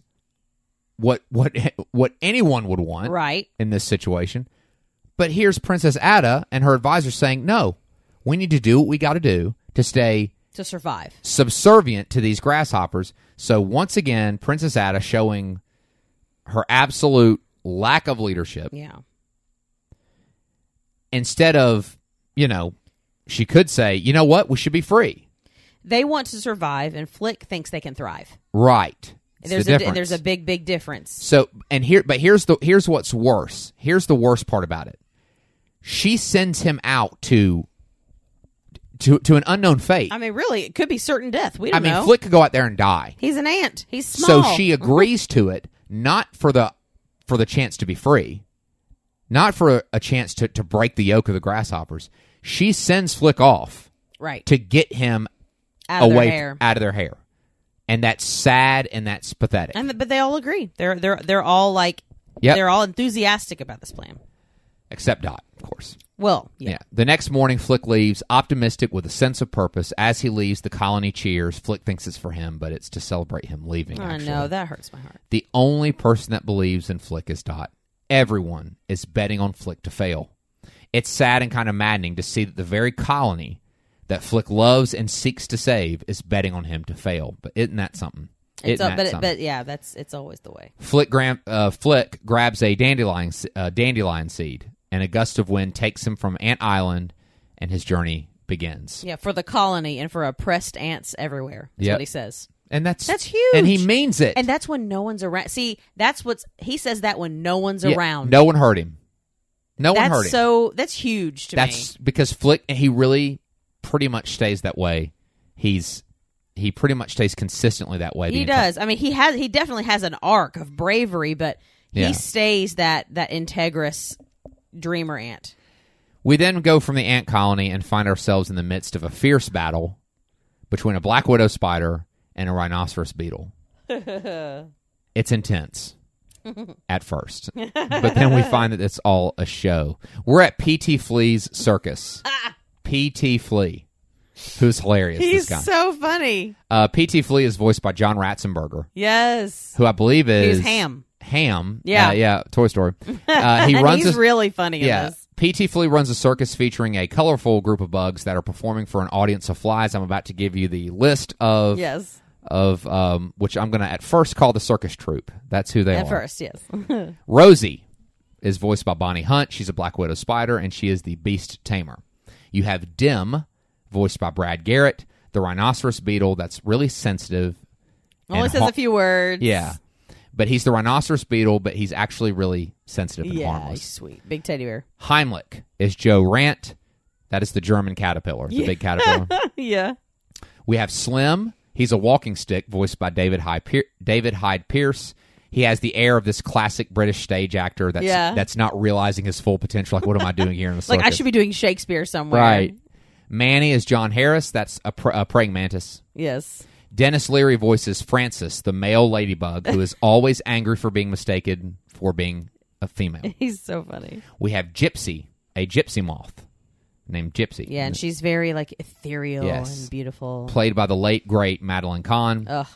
Speaker 1: what what what anyone would want
Speaker 2: Right.
Speaker 1: in this situation. But here's Princess Ada and her advisor saying, "No, we need to do what we got to do to stay
Speaker 2: To survive.
Speaker 1: subservient to these grasshoppers. So once again, Princess Ada showing her absolute lack of leadership.
Speaker 2: Yeah.
Speaker 1: Instead of, you know, she could say, you know what, we should be free.
Speaker 2: They want to survive and Flick thinks they can thrive.
Speaker 1: Right. It's
Speaker 2: There's
Speaker 1: the
Speaker 2: a
Speaker 1: difference.
Speaker 2: there's a big big difference.
Speaker 1: so and here but here's the here's what's worse. Here's the worst part about it. She sends him out to to to an unknown fate.
Speaker 2: I mean really it could be certain death. We
Speaker 1: I
Speaker 2: don't
Speaker 1: mean,
Speaker 2: know.
Speaker 1: Flick could go out there and die.
Speaker 2: He's an ant. He's small.
Speaker 1: So she agrees to it, not for the for the chance to be free, not for a, a chance to, to break the yoke of the grasshoppers. She sends Flick off
Speaker 2: right
Speaker 1: to get him
Speaker 2: out of
Speaker 1: away
Speaker 2: their hair.
Speaker 1: out of their hair, and that's sad and that's pathetic.
Speaker 2: And but they all agree. They're they're they're all like
Speaker 1: Yep.
Speaker 2: they're all enthusiastic about this plan.
Speaker 1: Except Dot, of course.
Speaker 2: Well,
Speaker 1: Yeah.
Speaker 2: yeah.
Speaker 1: The next morning, Flick leaves, optimistic with a sense of purpose. As he leaves, the colony cheers. Flick thinks it's for him, but it's to celebrate him leaving.
Speaker 2: I
Speaker 1: actually.
Speaker 2: know that hurts my heart.
Speaker 1: The only person that believes in Flick is Dot. Everyone is betting on Flick to fail. It's sad and kind of maddening to see that the very colony that Flick loves and seeks to save is betting on him to fail. But isn't that something?
Speaker 2: It's
Speaker 1: Isn't
Speaker 2: all,
Speaker 1: that
Speaker 2: but it-
Speaker 1: something?
Speaker 2: but yeah, that's it's always the way.
Speaker 1: Flick, gram, uh, Flick grabs a dandelion, s- uh, dandelion seed, and a gust of wind takes him from Ant Island, and his journey begins.
Speaker 2: Yeah, for the colony and for oppressed ants everywhere. That's
Speaker 1: Yep.
Speaker 2: what he says.
Speaker 1: And that's
Speaker 2: That's
Speaker 1: And he
Speaker 2: huge.
Speaker 1: means it.
Speaker 2: And that's when no one's around. See, that's what's he says that when no one's
Speaker 1: Yeah,
Speaker 2: around.
Speaker 1: No one heard him. No one
Speaker 2: that's
Speaker 1: heard him.
Speaker 2: so that's huge to me.
Speaker 1: That's because Flick he really pretty much stays that way. He's he pretty much stays consistently that way. the
Speaker 2: He
Speaker 1: entire-
Speaker 2: does. I mean, he has he definitely has an arc of bravery, but
Speaker 1: Yeah.
Speaker 2: he stays that that integrous dreamer ant.
Speaker 1: We then go from the ant colony and find ourselves in the midst of a fierce battle between a black widow spider and a rhinoceros beetle. it's intense. at first. but then we find that it's all a show. We're at PT Flea's circus. PT Flea, who's hilarious.
Speaker 2: Ah. He's
Speaker 1: this guy.
Speaker 2: so funny.
Speaker 1: Uh, PT Flea is voiced by John Ratzenberger,
Speaker 2: Yes.
Speaker 1: who I believe is
Speaker 2: He's Ham.
Speaker 1: Ham.
Speaker 2: Yeah.
Speaker 1: uh, yeah. Toy Story. Uh, he
Speaker 2: and
Speaker 1: runs.
Speaker 2: he's
Speaker 1: a,
Speaker 2: really funny in
Speaker 1: yeah.
Speaker 2: this.
Speaker 1: PT Flea runs a circus featuring a colorful group of bugs that are performing for an audience of flies. I'm about to give you the list of
Speaker 2: Yes.
Speaker 1: of um, which I'm going to at first call the circus troupe. That's who they
Speaker 2: At
Speaker 1: are.
Speaker 2: first, yes.
Speaker 1: Rosie is voiced by Bonnie Hunt. She's a Black Widow spider, and she is the beast tamer. You have Dim, voiced by Brad Garrett, the rhinoceros beetle that's really sensitive.
Speaker 2: Only
Speaker 1: and
Speaker 2: says
Speaker 1: har-
Speaker 2: a few words.
Speaker 1: Yeah. But he's the rhinoceros beetle, but he's actually really sensitive and
Speaker 2: Yeah. he's
Speaker 1: harmless.
Speaker 2: Sweet. Big teddy bear.
Speaker 1: Heimlich is Joe Rant. That is the German caterpillar, the big caterpillar.
Speaker 2: yeah.
Speaker 1: We have Slim. He's a walking stick, voiced by David Hyde, Pier- David Hyde Pierce. He has the air of this classic British stage actor that's
Speaker 2: Yeah.
Speaker 1: that's not realizing his full potential. Like, what am I doing here in the circus?
Speaker 2: Like I should be doing Shakespeare somewhere.
Speaker 1: right. Manny is John Harris. That's a, pr- a praying mantis.
Speaker 2: Yes.
Speaker 1: Dennis Leary voices Francis, the male ladybug, who is always angry for being mistaken for being a female.
Speaker 2: He's so funny.
Speaker 1: We have Gypsy, a gypsy moth named Gypsy.
Speaker 2: Yeah, and she's very like ethereal
Speaker 1: Yes.
Speaker 2: and beautiful.
Speaker 1: Played by the late great Madeline Kahn.
Speaker 2: Ugh.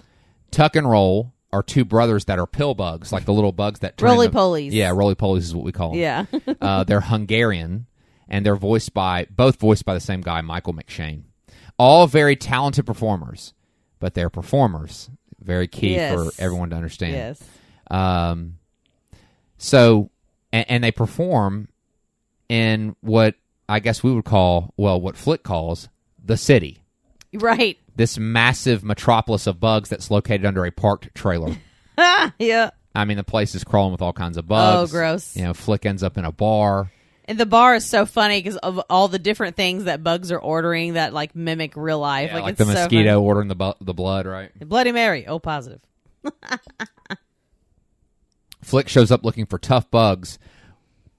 Speaker 1: Tuck and Roll are two brothers that are pill bugs, like the little bugs that turn
Speaker 2: Roly
Speaker 1: into-
Speaker 2: polies.
Speaker 1: Yeah, roly polies is what we call them.
Speaker 2: Yeah.
Speaker 1: uh, they're Hungarian, and they're voiced by both voiced by the same guy, Michael McShane. All very talented performers, but they're performers. Very key
Speaker 2: Yes.
Speaker 1: for everyone to understand.
Speaker 2: yes.
Speaker 1: Um, so, and, and they perform in what I guess we would call, well, what Flick calls the city
Speaker 2: Right.
Speaker 1: this massive metropolis of bugs that's located under a parked trailer.
Speaker 2: Ah, yeah.
Speaker 1: I mean, the place is crawling with all kinds of bugs.
Speaker 2: Oh, gross.
Speaker 1: You know, Flick ends up in a bar.
Speaker 2: And the bar is so funny because of all the different things that bugs are ordering that like mimic real life.
Speaker 1: Yeah, like,
Speaker 2: it's
Speaker 1: the
Speaker 2: so
Speaker 1: mosquito ordering the, bu- the blood, right?
Speaker 2: funny. Bloody Mary. Oh, positive.
Speaker 1: Flick shows up looking for tough bugs,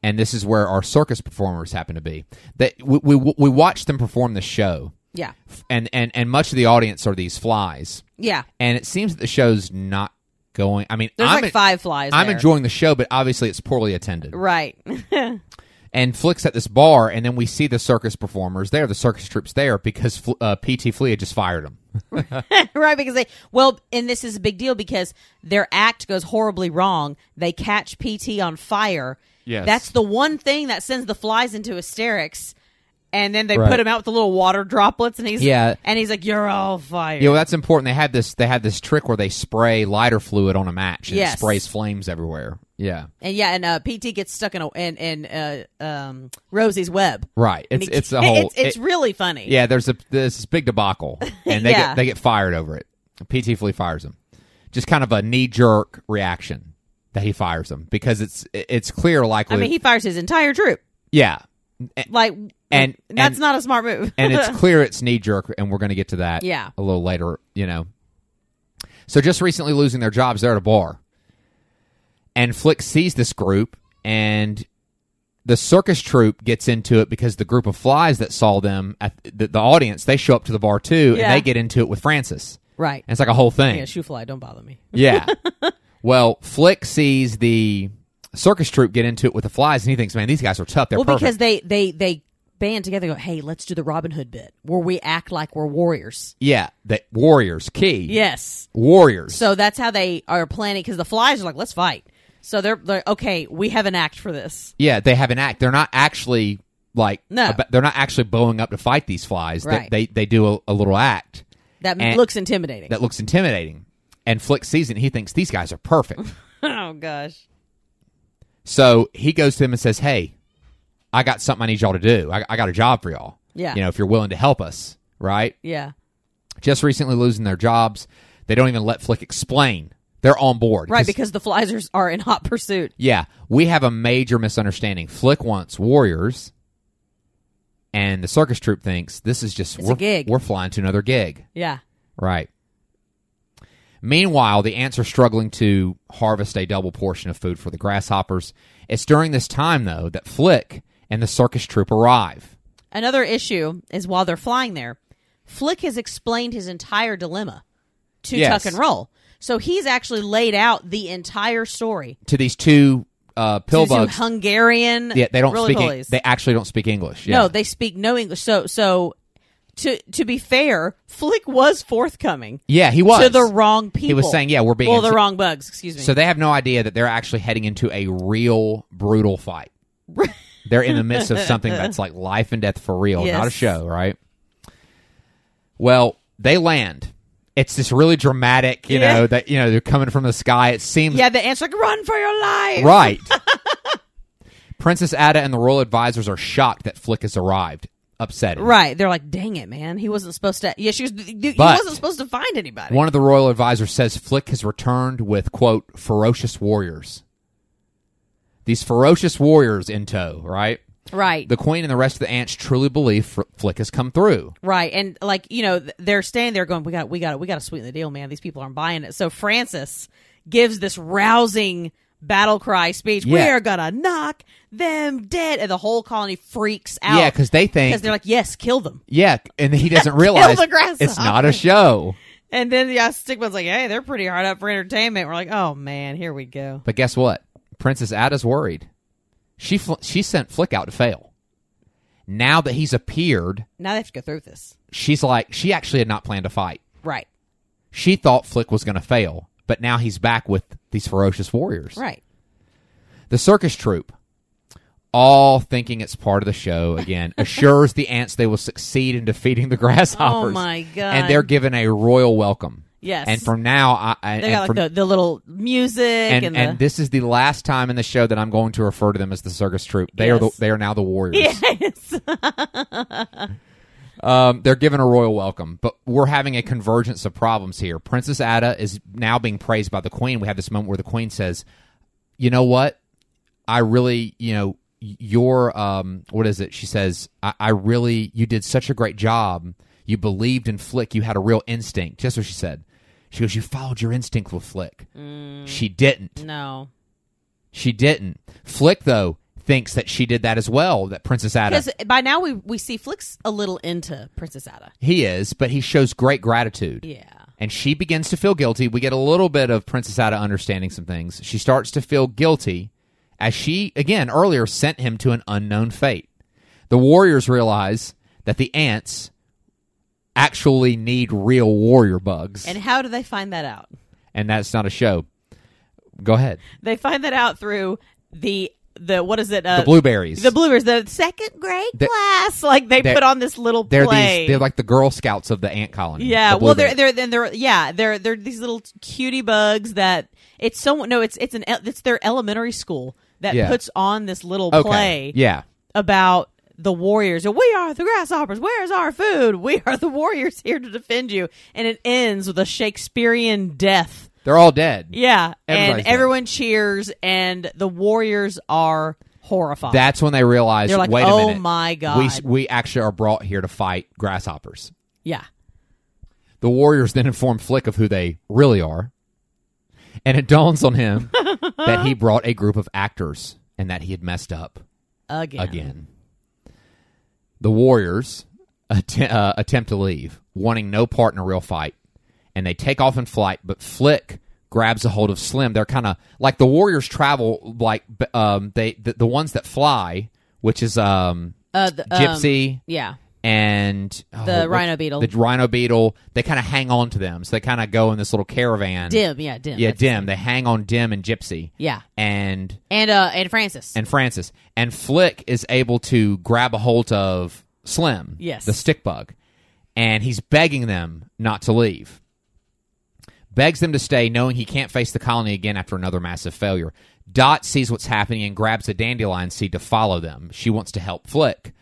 Speaker 1: and this is where our circus performers happen to be. That we, we, we watch them perform the show,
Speaker 2: Yeah.
Speaker 1: and, and, and much of the audience are these flies.
Speaker 2: Yeah.
Speaker 1: And it seems that the show's not going. I mean,
Speaker 2: There's
Speaker 1: I'm
Speaker 2: like
Speaker 1: en-
Speaker 2: five flies.
Speaker 1: I'm
Speaker 2: there.
Speaker 1: enjoying the show, but obviously it's poorly attended.
Speaker 2: Right.
Speaker 1: and Flick's at this bar, and then we see the circus performers there, the circus troops there, because Fl- uh, PT Flea had just fired him.
Speaker 2: right. Because they, well, and this is a big deal because their act goes horribly wrong. They catch PT on fire.
Speaker 1: Yes.
Speaker 2: That's the one thing that sends the flies into hysterics. And then they
Speaker 1: Right.
Speaker 2: put him out with the little water droplets, and he's
Speaker 1: Yeah.
Speaker 2: and he's like, "You're all fired."
Speaker 1: You know that's important. They had this. They had this trick where they spray lighter fluid on a match and
Speaker 2: Yes.
Speaker 1: it sprays flames everywhere. Yeah,
Speaker 2: And yeah, and uh, PT gets stuck in a in, in uh, um, Rosie's web.
Speaker 1: right.
Speaker 2: And
Speaker 1: It's
Speaker 2: he-
Speaker 1: it's a whole.
Speaker 2: It's, it's
Speaker 1: it-
Speaker 2: really funny.
Speaker 1: yeah, there's a there's this big debacle, and they
Speaker 2: Yeah.
Speaker 1: get they get fired over it. PT Flea fires him. Just kind of a knee jerk reaction that he fires him because it's it's clear likely.
Speaker 2: I mean, he fires his entire troop.
Speaker 1: yeah, A-
Speaker 2: Like,
Speaker 1: And-
Speaker 2: that's
Speaker 1: and-
Speaker 2: not a smart move.
Speaker 1: and it's clear it's knee jerk, and we're going to get to that
Speaker 2: Yeah.
Speaker 1: a little later, you know. So just recently losing their jobs, they're at a bar, and Flick sees this group, and the circus troupe gets into it because the group of flies that saw them at the, the audience they show up to the bar too,
Speaker 2: Yeah.
Speaker 1: and they get into it with Francis.
Speaker 2: right.
Speaker 1: And it's like a whole thing.
Speaker 2: Yeah, shoe fly. Don't bother me.
Speaker 1: Yeah. well, Flick sees the circus troupe get into it with the flies, and he thinks, "Man, these guys are tough. They're
Speaker 2: well,
Speaker 1: perfect."
Speaker 2: because they they they band together. and Go, hey, let's do the Robin Hood bit where we act like we're warriors.
Speaker 1: yeah, the warriors key.
Speaker 2: Yes.
Speaker 1: warriors.
Speaker 2: So that's how they are planning. Because the flies are like, let's fight. So they're like, okay, we have an act for this.
Speaker 1: Yeah, they have an act. They're not actually like
Speaker 2: No.
Speaker 1: ab- they're not actually bowing up to fight these flies. They-
Speaker 2: Right.
Speaker 1: They, they do a, a little act
Speaker 2: That
Speaker 1: And-
Speaker 2: looks intimidating.
Speaker 1: that looks intimidating. And Flick sees it and he thinks these guys are perfect.
Speaker 2: oh gosh.
Speaker 1: so he goes to them and says, "Hey, I got something I need y'all to do. I, I got a job for y'all.
Speaker 2: Yeah.
Speaker 1: you know if you're willing to help us, right?
Speaker 2: Yeah.
Speaker 1: Just recently losing their jobs, they don't even let Flick explain. They're on board,
Speaker 2: Right, because the flies are, are in hot pursuit.
Speaker 1: Yeah, we have a major misunderstanding. Flick wants warriors, and the circus troupe thinks this is just
Speaker 2: a
Speaker 1: we're,
Speaker 2: gig.
Speaker 1: we're flying to another gig,
Speaker 2: Yeah.
Speaker 1: right? Meanwhile, the ants are struggling to harvest a double portion of food for the grasshoppers. It's during this time, though, that Flick and the circus troupe arrive.
Speaker 2: Another issue is while they're flying there, Flick has explained his entire dilemma to
Speaker 1: Yes.
Speaker 2: Tuck and Roll. So he's actually laid out the entire story.
Speaker 1: to these two uh, pill
Speaker 2: These two
Speaker 1: bugs.
Speaker 2: Hungarian.
Speaker 1: yeah, they don't
Speaker 2: roly
Speaker 1: speak. Eng-
Speaker 2: polies.
Speaker 1: They actually don't speak English. Yeah.
Speaker 2: No, they speak no English. So so to to be fair, Flick was forthcoming
Speaker 1: yeah, he was
Speaker 2: to the wrong people.
Speaker 1: He was saying, "Yeah, we're being
Speaker 2: well, the
Speaker 1: insi-
Speaker 2: wrong bugs. Excuse me.
Speaker 1: So they have no idea that they're actually heading into a real brutal fight. they're in the midst of something that's like life and death for real, not a
Speaker 2: Yes.
Speaker 1: show, right? Well, they land. It's this really dramatic, you
Speaker 2: Yeah.
Speaker 1: know, that you know, they're coming from the sky. It seems
Speaker 2: yeah, the answer like run for your life.
Speaker 1: right. Princess Ada and the royal advisors are shocked that Flick has arrived, upsetting.
Speaker 2: Right. They're like, dang it, man. He wasn't supposed to. Yeah, she was. He
Speaker 1: But-
Speaker 2: wasn't supposed to find anybody.
Speaker 1: One of the royal advisors says Flick has returned with, quote, ferocious warriors. These ferocious warriors in tow, right?
Speaker 2: right.
Speaker 1: The queen and the rest of the ants truly believe Fr- Flick has come through.
Speaker 2: Right, and like you know, th- they're standing there going, "We got, we got, we got to sweeten the deal, man. These people aren't buying it." So Francis gives this rousing battle cry speech.
Speaker 1: Yeah.
Speaker 2: We're gonna knock them dead, and the whole colony freaks out.
Speaker 1: Yeah, because they
Speaker 2: because
Speaker 1: think.
Speaker 2: they're like, "Yes, kill them."
Speaker 1: yeah, and he doesn't realize
Speaker 2: the grasshopper.
Speaker 1: it's not a show.
Speaker 2: And then yeah, Stigma's like, "Hey, they're pretty hard up for entertainment." We're like, "Oh man, here we go."
Speaker 1: But guess what? Princess Ada's worried. She fl- she sent Flick out to fail. Now that he's appeared,
Speaker 2: Now they have to go through this.
Speaker 1: she's like she actually had not planned to fight.
Speaker 2: Right,
Speaker 1: She thought Flick was going to fail, but now he's back with these ferocious warriors.
Speaker 2: right.
Speaker 1: The circus troupe, all thinking it's part of the show again, assures the ants they will succeed in defeating the grasshoppers.
Speaker 2: Oh my god!
Speaker 1: And they're given a royal welcome.
Speaker 2: yes,
Speaker 1: And from now, I, I
Speaker 2: they
Speaker 1: and
Speaker 2: got like
Speaker 1: from-
Speaker 2: the, the little music and,
Speaker 1: and,
Speaker 2: the,
Speaker 1: and this is the last time in the show that I'm going to refer to them as the circus troupe. They are the,
Speaker 2: Yes.
Speaker 1: they are now the warriors.
Speaker 2: yes.
Speaker 1: Um, they're given a royal welcome, but we're having a convergence of problems here. Princess Ada is now being praised by the queen. We have this moment where the queen says, "You know what? I really, you know, y- your um, what is it?" She says, I-, "I really, you did such a great job. You believed in Flick. You had a real instinct." That's what she said. She goes, "You followed your instinct with Flick." She didn't.
Speaker 2: no.
Speaker 1: She didn't. Flick though thinks that she did that as well. That Princess Ada.
Speaker 2: Because by now we we see Flick's a little into Princess Ada.
Speaker 1: He is, but he shows great gratitude.
Speaker 2: Yeah.
Speaker 1: and she begins to feel guilty. We get a little bit of Princess Ada understanding some things. She starts to feel guilty as she, again, earlier sent him to an unknown fate. The warriors realize that the ants actually need real warrior bugs,
Speaker 2: And
Speaker 1: and,
Speaker 2: how do they find that out?
Speaker 1: that's not a show. Go ahead.
Speaker 2: They find that out through the the what is it? Uh,
Speaker 1: The blueberries.
Speaker 2: The blueberries. The second grade
Speaker 1: They're-
Speaker 2: class. Like they
Speaker 1: they're-
Speaker 2: put on this little
Speaker 1: they're
Speaker 2: play.
Speaker 1: these. They're like the Girl Scouts of the ant colony.
Speaker 2: yeah.
Speaker 1: the
Speaker 2: Well,
Speaker 1: blueberries.
Speaker 2: they're they're then they're yeah they're they're these little cutie bugs that it's so no it's it's an el- it's their elementary school that
Speaker 1: Yeah.
Speaker 2: puts on this little
Speaker 1: okay.
Speaker 2: play
Speaker 1: Yeah,
Speaker 2: about the warriors and we are the grasshoppers where's our food we are the warriors here to defend you and it ends with a shakespearean death
Speaker 1: they're all dead.
Speaker 2: yeah
Speaker 1: Everybody's
Speaker 2: and everyone cheers and the warriors are horrified
Speaker 1: That's when they realize.
Speaker 2: They're like,
Speaker 1: Wait a
Speaker 2: "Oh
Speaker 1: minute!
Speaker 2: my
Speaker 1: We
Speaker 2: God."
Speaker 1: we actually are brought here to fight grasshoppers.
Speaker 2: yeah
Speaker 1: The Warriors then inform Flick of who they really are, and it dawns on him that he brought a group of actors and that he had messed up
Speaker 2: again
Speaker 1: again. The Warriors att- uh, attempt to leave, wanting no part in a real fight, and they take off in flight. But Flick grabs a hold of Slim. They're kind of like the Warriors travel like b- um, they the, the ones that fly, which is um,
Speaker 2: uh, the, um,
Speaker 1: Gypsy
Speaker 2: yeah
Speaker 1: and oh,
Speaker 2: The
Speaker 1: what-
Speaker 2: rhino beetle.
Speaker 1: The rhino beetle. They kind of hang on to them, so they kind of go in this little caravan.
Speaker 2: dim yeah dim
Speaker 1: yeah,
Speaker 2: That's-
Speaker 1: dim. They hang on dim and gypsy.
Speaker 2: yeah
Speaker 1: and
Speaker 2: and uh and francis
Speaker 1: and Francis and Flick is able to grab a hold of Slim.
Speaker 2: Yes.
Speaker 1: the stick bug, and he's begging them not to leave. Begs them to stay, knowing he can't face the colony again after another massive failure. Dot sees what's happening and grabs a dandelion seed to follow them. She wants to help Flick,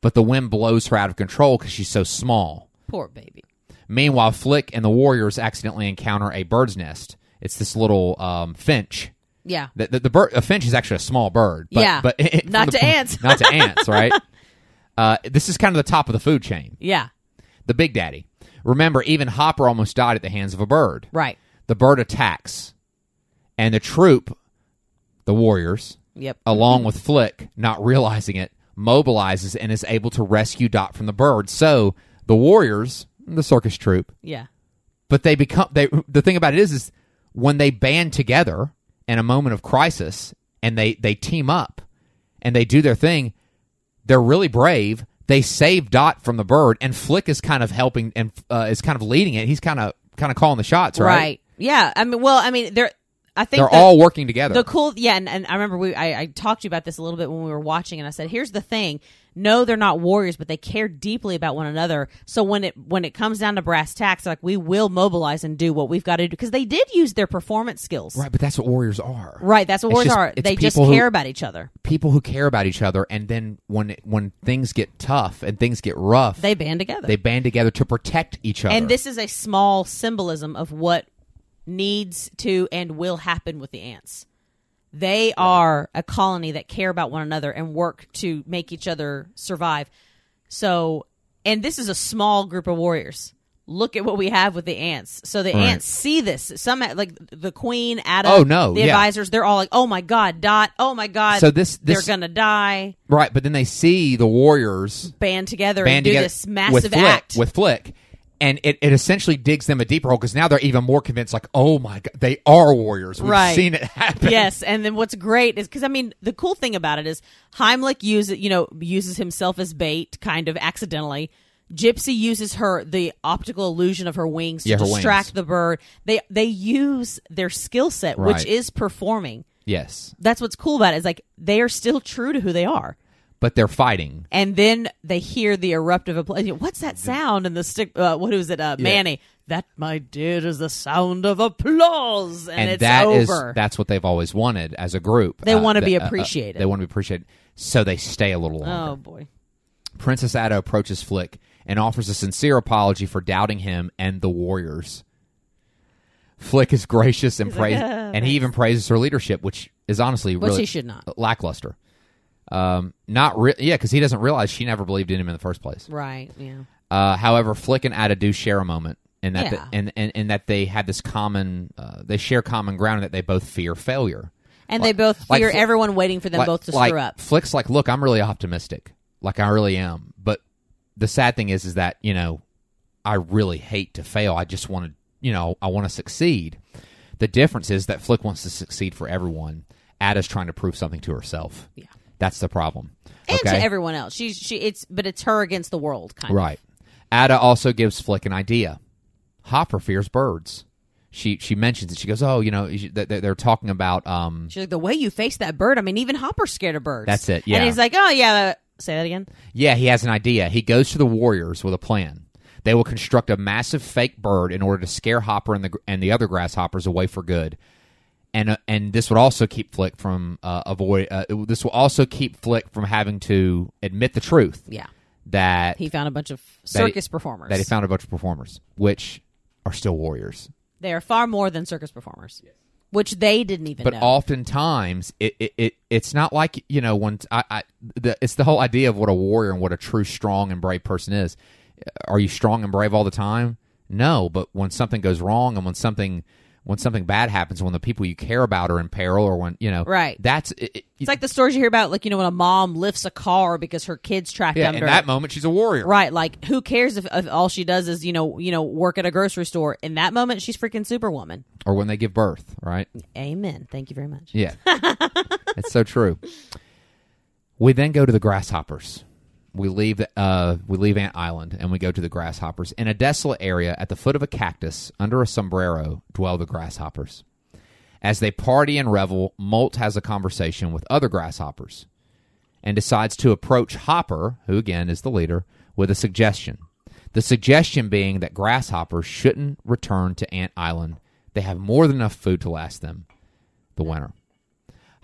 Speaker 1: but the wind blows her out of control because she's so small.
Speaker 2: poor baby
Speaker 1: Meanwhile, Flick and the warriors accidentally encounter a bird's nest. It's this little um, finch.
Speaker 2: yeah
Speaker 1: The, the, the bird, a finch is actually a small bird. But,
Speaker 2: Yeah.
Speaker 1: but from
Speaker 2: Not to ants.
Speaker 1: not to ants, right? Uh, this is kind of the top of the food chain.
Speaker 2: yeah
Speaker 1: The Big Daddy. Remember, even Hopper almost died at the hands of a bird.
Speaker 2: right
Speaker 1: The bird attacks, and the troop, the warriors,
Speaker 2: yep
Speaker 1: along with Flick, not realizing it, mobilizes and is able to rescue Dot from the bird. So the warriors, the circus troupe,
Speaker 2: yeah
Speaker 1: but they become they the thing about it is is when they band together in a moment of crisis and they they team up and they do their thing they're really brave they save dot from the bird and flick is kind of helping and uh, is kind of leading it he's kind of kind of calling the shots right,
Speaker 2: Yeah. I mean, well, I mean, they're. I think
Speaker 1: they're
Speaker 2: the-
Speaker 1: all working together
Speaker 2: The cool, yeah, and, and I remember we I, I talked to you about this a little bit when we were watching, and I said, "Here's the thing: no, they're not warriors, but they care deeply about one another. So when it when it comes down to brass tacks, like we will mobilize and do what we've got to do because they did use their performance skills,
Speaker 1: right but that's what warriors are
Speaker 2: Right, that's what
Speaker 1: It's
Speaker 2: warriors
Speaker 1: just-
Speaker 2: are.
Speaker 1: it's
Speaker 2: They just
Speaker 1: people who-
Speaker 2: care about each other.
Speaker 1: people who care about each other and then when it- when things get tough and things get rough
Speaker 2: They band together,
Speaker 1: they band together to protect each other
Speaker 2: and this is a small symbolism of what needs to and will happen with the ants. They are a colony that care about one another and work to make each other survive. So, and this is a small group of warriors. Look at what we have with the ants. So the
Speaker 1: Right.
Speaker 2: ants see this. Some like the queen, Adam,
Speaker 1: Oh, no,
Speaker 2: the
Speaker 1: yeah.
Speaker 2: advisors. They're all like, "Oh my god, Dot! Oh my god!"
Speaker 1: So this- this-
Speaker 2: they're gonna die.
Speaker 1: right but then they see the warriors
Speaker 2: Band together
Speaker 1: band
Speaker 2: and do
Speaker 1: together
Speaker 2: this massive
Speaker 1: with Flick,
Speaker 2: act.
Speaker 1: with Flick, and it, it essentially digs them a deeper hole because now they're even more convinced. Like, oh my god, they are warriors. We've
Speaker 2: Right.
Speaker 1: seen it happen.
Speaker 2: yes and then what's great is because i mean the cool thing about it is heimlich uses you know uses himself as bait kind of accidentally gypsy uses her the optical illusion of her wings to
Speaker 1: Yeah, her
Speaker 2: distract
Speaker 1: wings.
Speaker 2: the bird they they use their skill set
Speaker 1: Right.
Speaker 2: which is performing
Speaker 1: yes,
Speaker 2: that's what's cool about it is like they are still true to who they are
Speaker 1: but they're fighting.
Speaker 2: and then they hear the eruptive applause. What's that sound? And the stick. Uh, what was it? Uh, Manny. That, my dear, is the sound of applause, and,
Speaker 1: And
Speaker 2: it's
Speaker 1: that is
Speaker 2: over.
Speaker 1: that's what they've always wanted as a group. Uh,
Speaker 2: They wanna be
Speaker 1: they-
Speaker 2: appreciated.
Speaker 1: they want to be appreciated, so they stay a little longer.
Speaker 2: oh boy.
Speaker 1: Princess Ada approaches Flick and offers a sincere apology for doubting him and the warriors. Flick is gracious and
Speaker 2: He's like,
Speaker 1: praise,
Speaker 2: "Oh,
Speaker 1: and he even praises her leadership, which is honestly
Speaker 2: Which
Speaker 1: really
Speaker 2: he should not.
Speaker 1: lackluster. Um, not re- yeah, because he doesn't realize she never believed in him in the first place.
Speaker 2: Right. Yeah.
Speaker 1: Uh, however, Flick and Ada do share a moment, and that the-
Speaker 2: Yeah.
Speaker 1: and, and and that they have this common, uh, they share common ground and that they both fear failure.
Speaker 2: And they both
Speaker 1: like
Speaker 2: fear
Speaker 1: fl-
Speaker 2: everyone waiting for them
Speaker 1: like,
Speaker 2: both to
Speaker 1: like,
Speaker 2: screw up.
Speaker 1: Flick's like, look, I'm really optimistic, like I really am, but the sad thing is, is that you know, I really hate to fail. I just want to, you know, I want to succeed. The difference is that Flick wants to succeed for everyone. Ada's trying to prove something to herself.
Speaker 2: Yeah.
Speaker 1: That's the problem.
Speaker 2: And
Speaker 1: okay?
Speaker 2: to everyone else. She's she it's but it's her against the world kind
Speaker 1: Right. Ada also gives Flick an idea. Hopper fears birds. She she mentions it. She goes, "Oh, you know, you- they- they- they're talking about um
Speaker 2: of. She's like the way you face that bird, I mean even Hopper's scared of birds.
Speaker 1: That's it, yeah.
Speaker 2: And he's like, Oh yeah, uh, say that again.
Speaker 1: yeah, he has an idea. He goes to the warriors with a plan. They will construct a massive fake bird in order to scare Hopper and the gr- and the other grasshoppers away for good. And uh, and this would also keep Flick from uh, avoid uh, it- this will also keep Flick from having to admit the truth
Speaker 2: Yeah.
Speaker 1: that
Speaker 2: He found a bunch of
Speaker 1: that he-
Speaker 2: circus performers.
Speaker 1: that he found a bunch of performers which are still warriors.
Speaker 2: they are far more than circus performers. Which they didn't even
Speaker 1: but
Speaker 2: know.
Speaker 1: oftentimes it, it, it it's not like you know when I, I the, it's the whole idea of what a warrior and what a true strong and brave person is are you strong and brave all the time no but when something goes wrong and when something when something bad happens when the people you care about are in peril or when you know
Speaker 2: Right.
Speaker 1: that's it, it-
Speaker 2: it's like the stories you hear about, like, you know, when a mom lifts a car because her kid's tracked
Speaker 1: yeah in
Speaker 2: under
Speaker 1: that moment she's a warrior
Speaker 2: Right, like who cares if, if all she does is, you know, you know, work at a grocery store. In that moment she's freaking superwoman.
Speaker 1: or when they give birth right
Speaker 2: Amen. Thank you very much.
Speaker 1: Yeah. it's so true. We then go to the grasshoppers. We leave uh, we leave Ant Island and we go to the grasshoppers. In a desolate area at the foot of a cactus under a sombrero dwell the grasshoppers. As they party and revel, Molt has a conversation with other grasshoppers and decides to approach Hopper, who again is the leader, with a suggestion. The suggestion being that grasshoppers shouldn't return to Ant Island. They have more than enough food to last them the winter.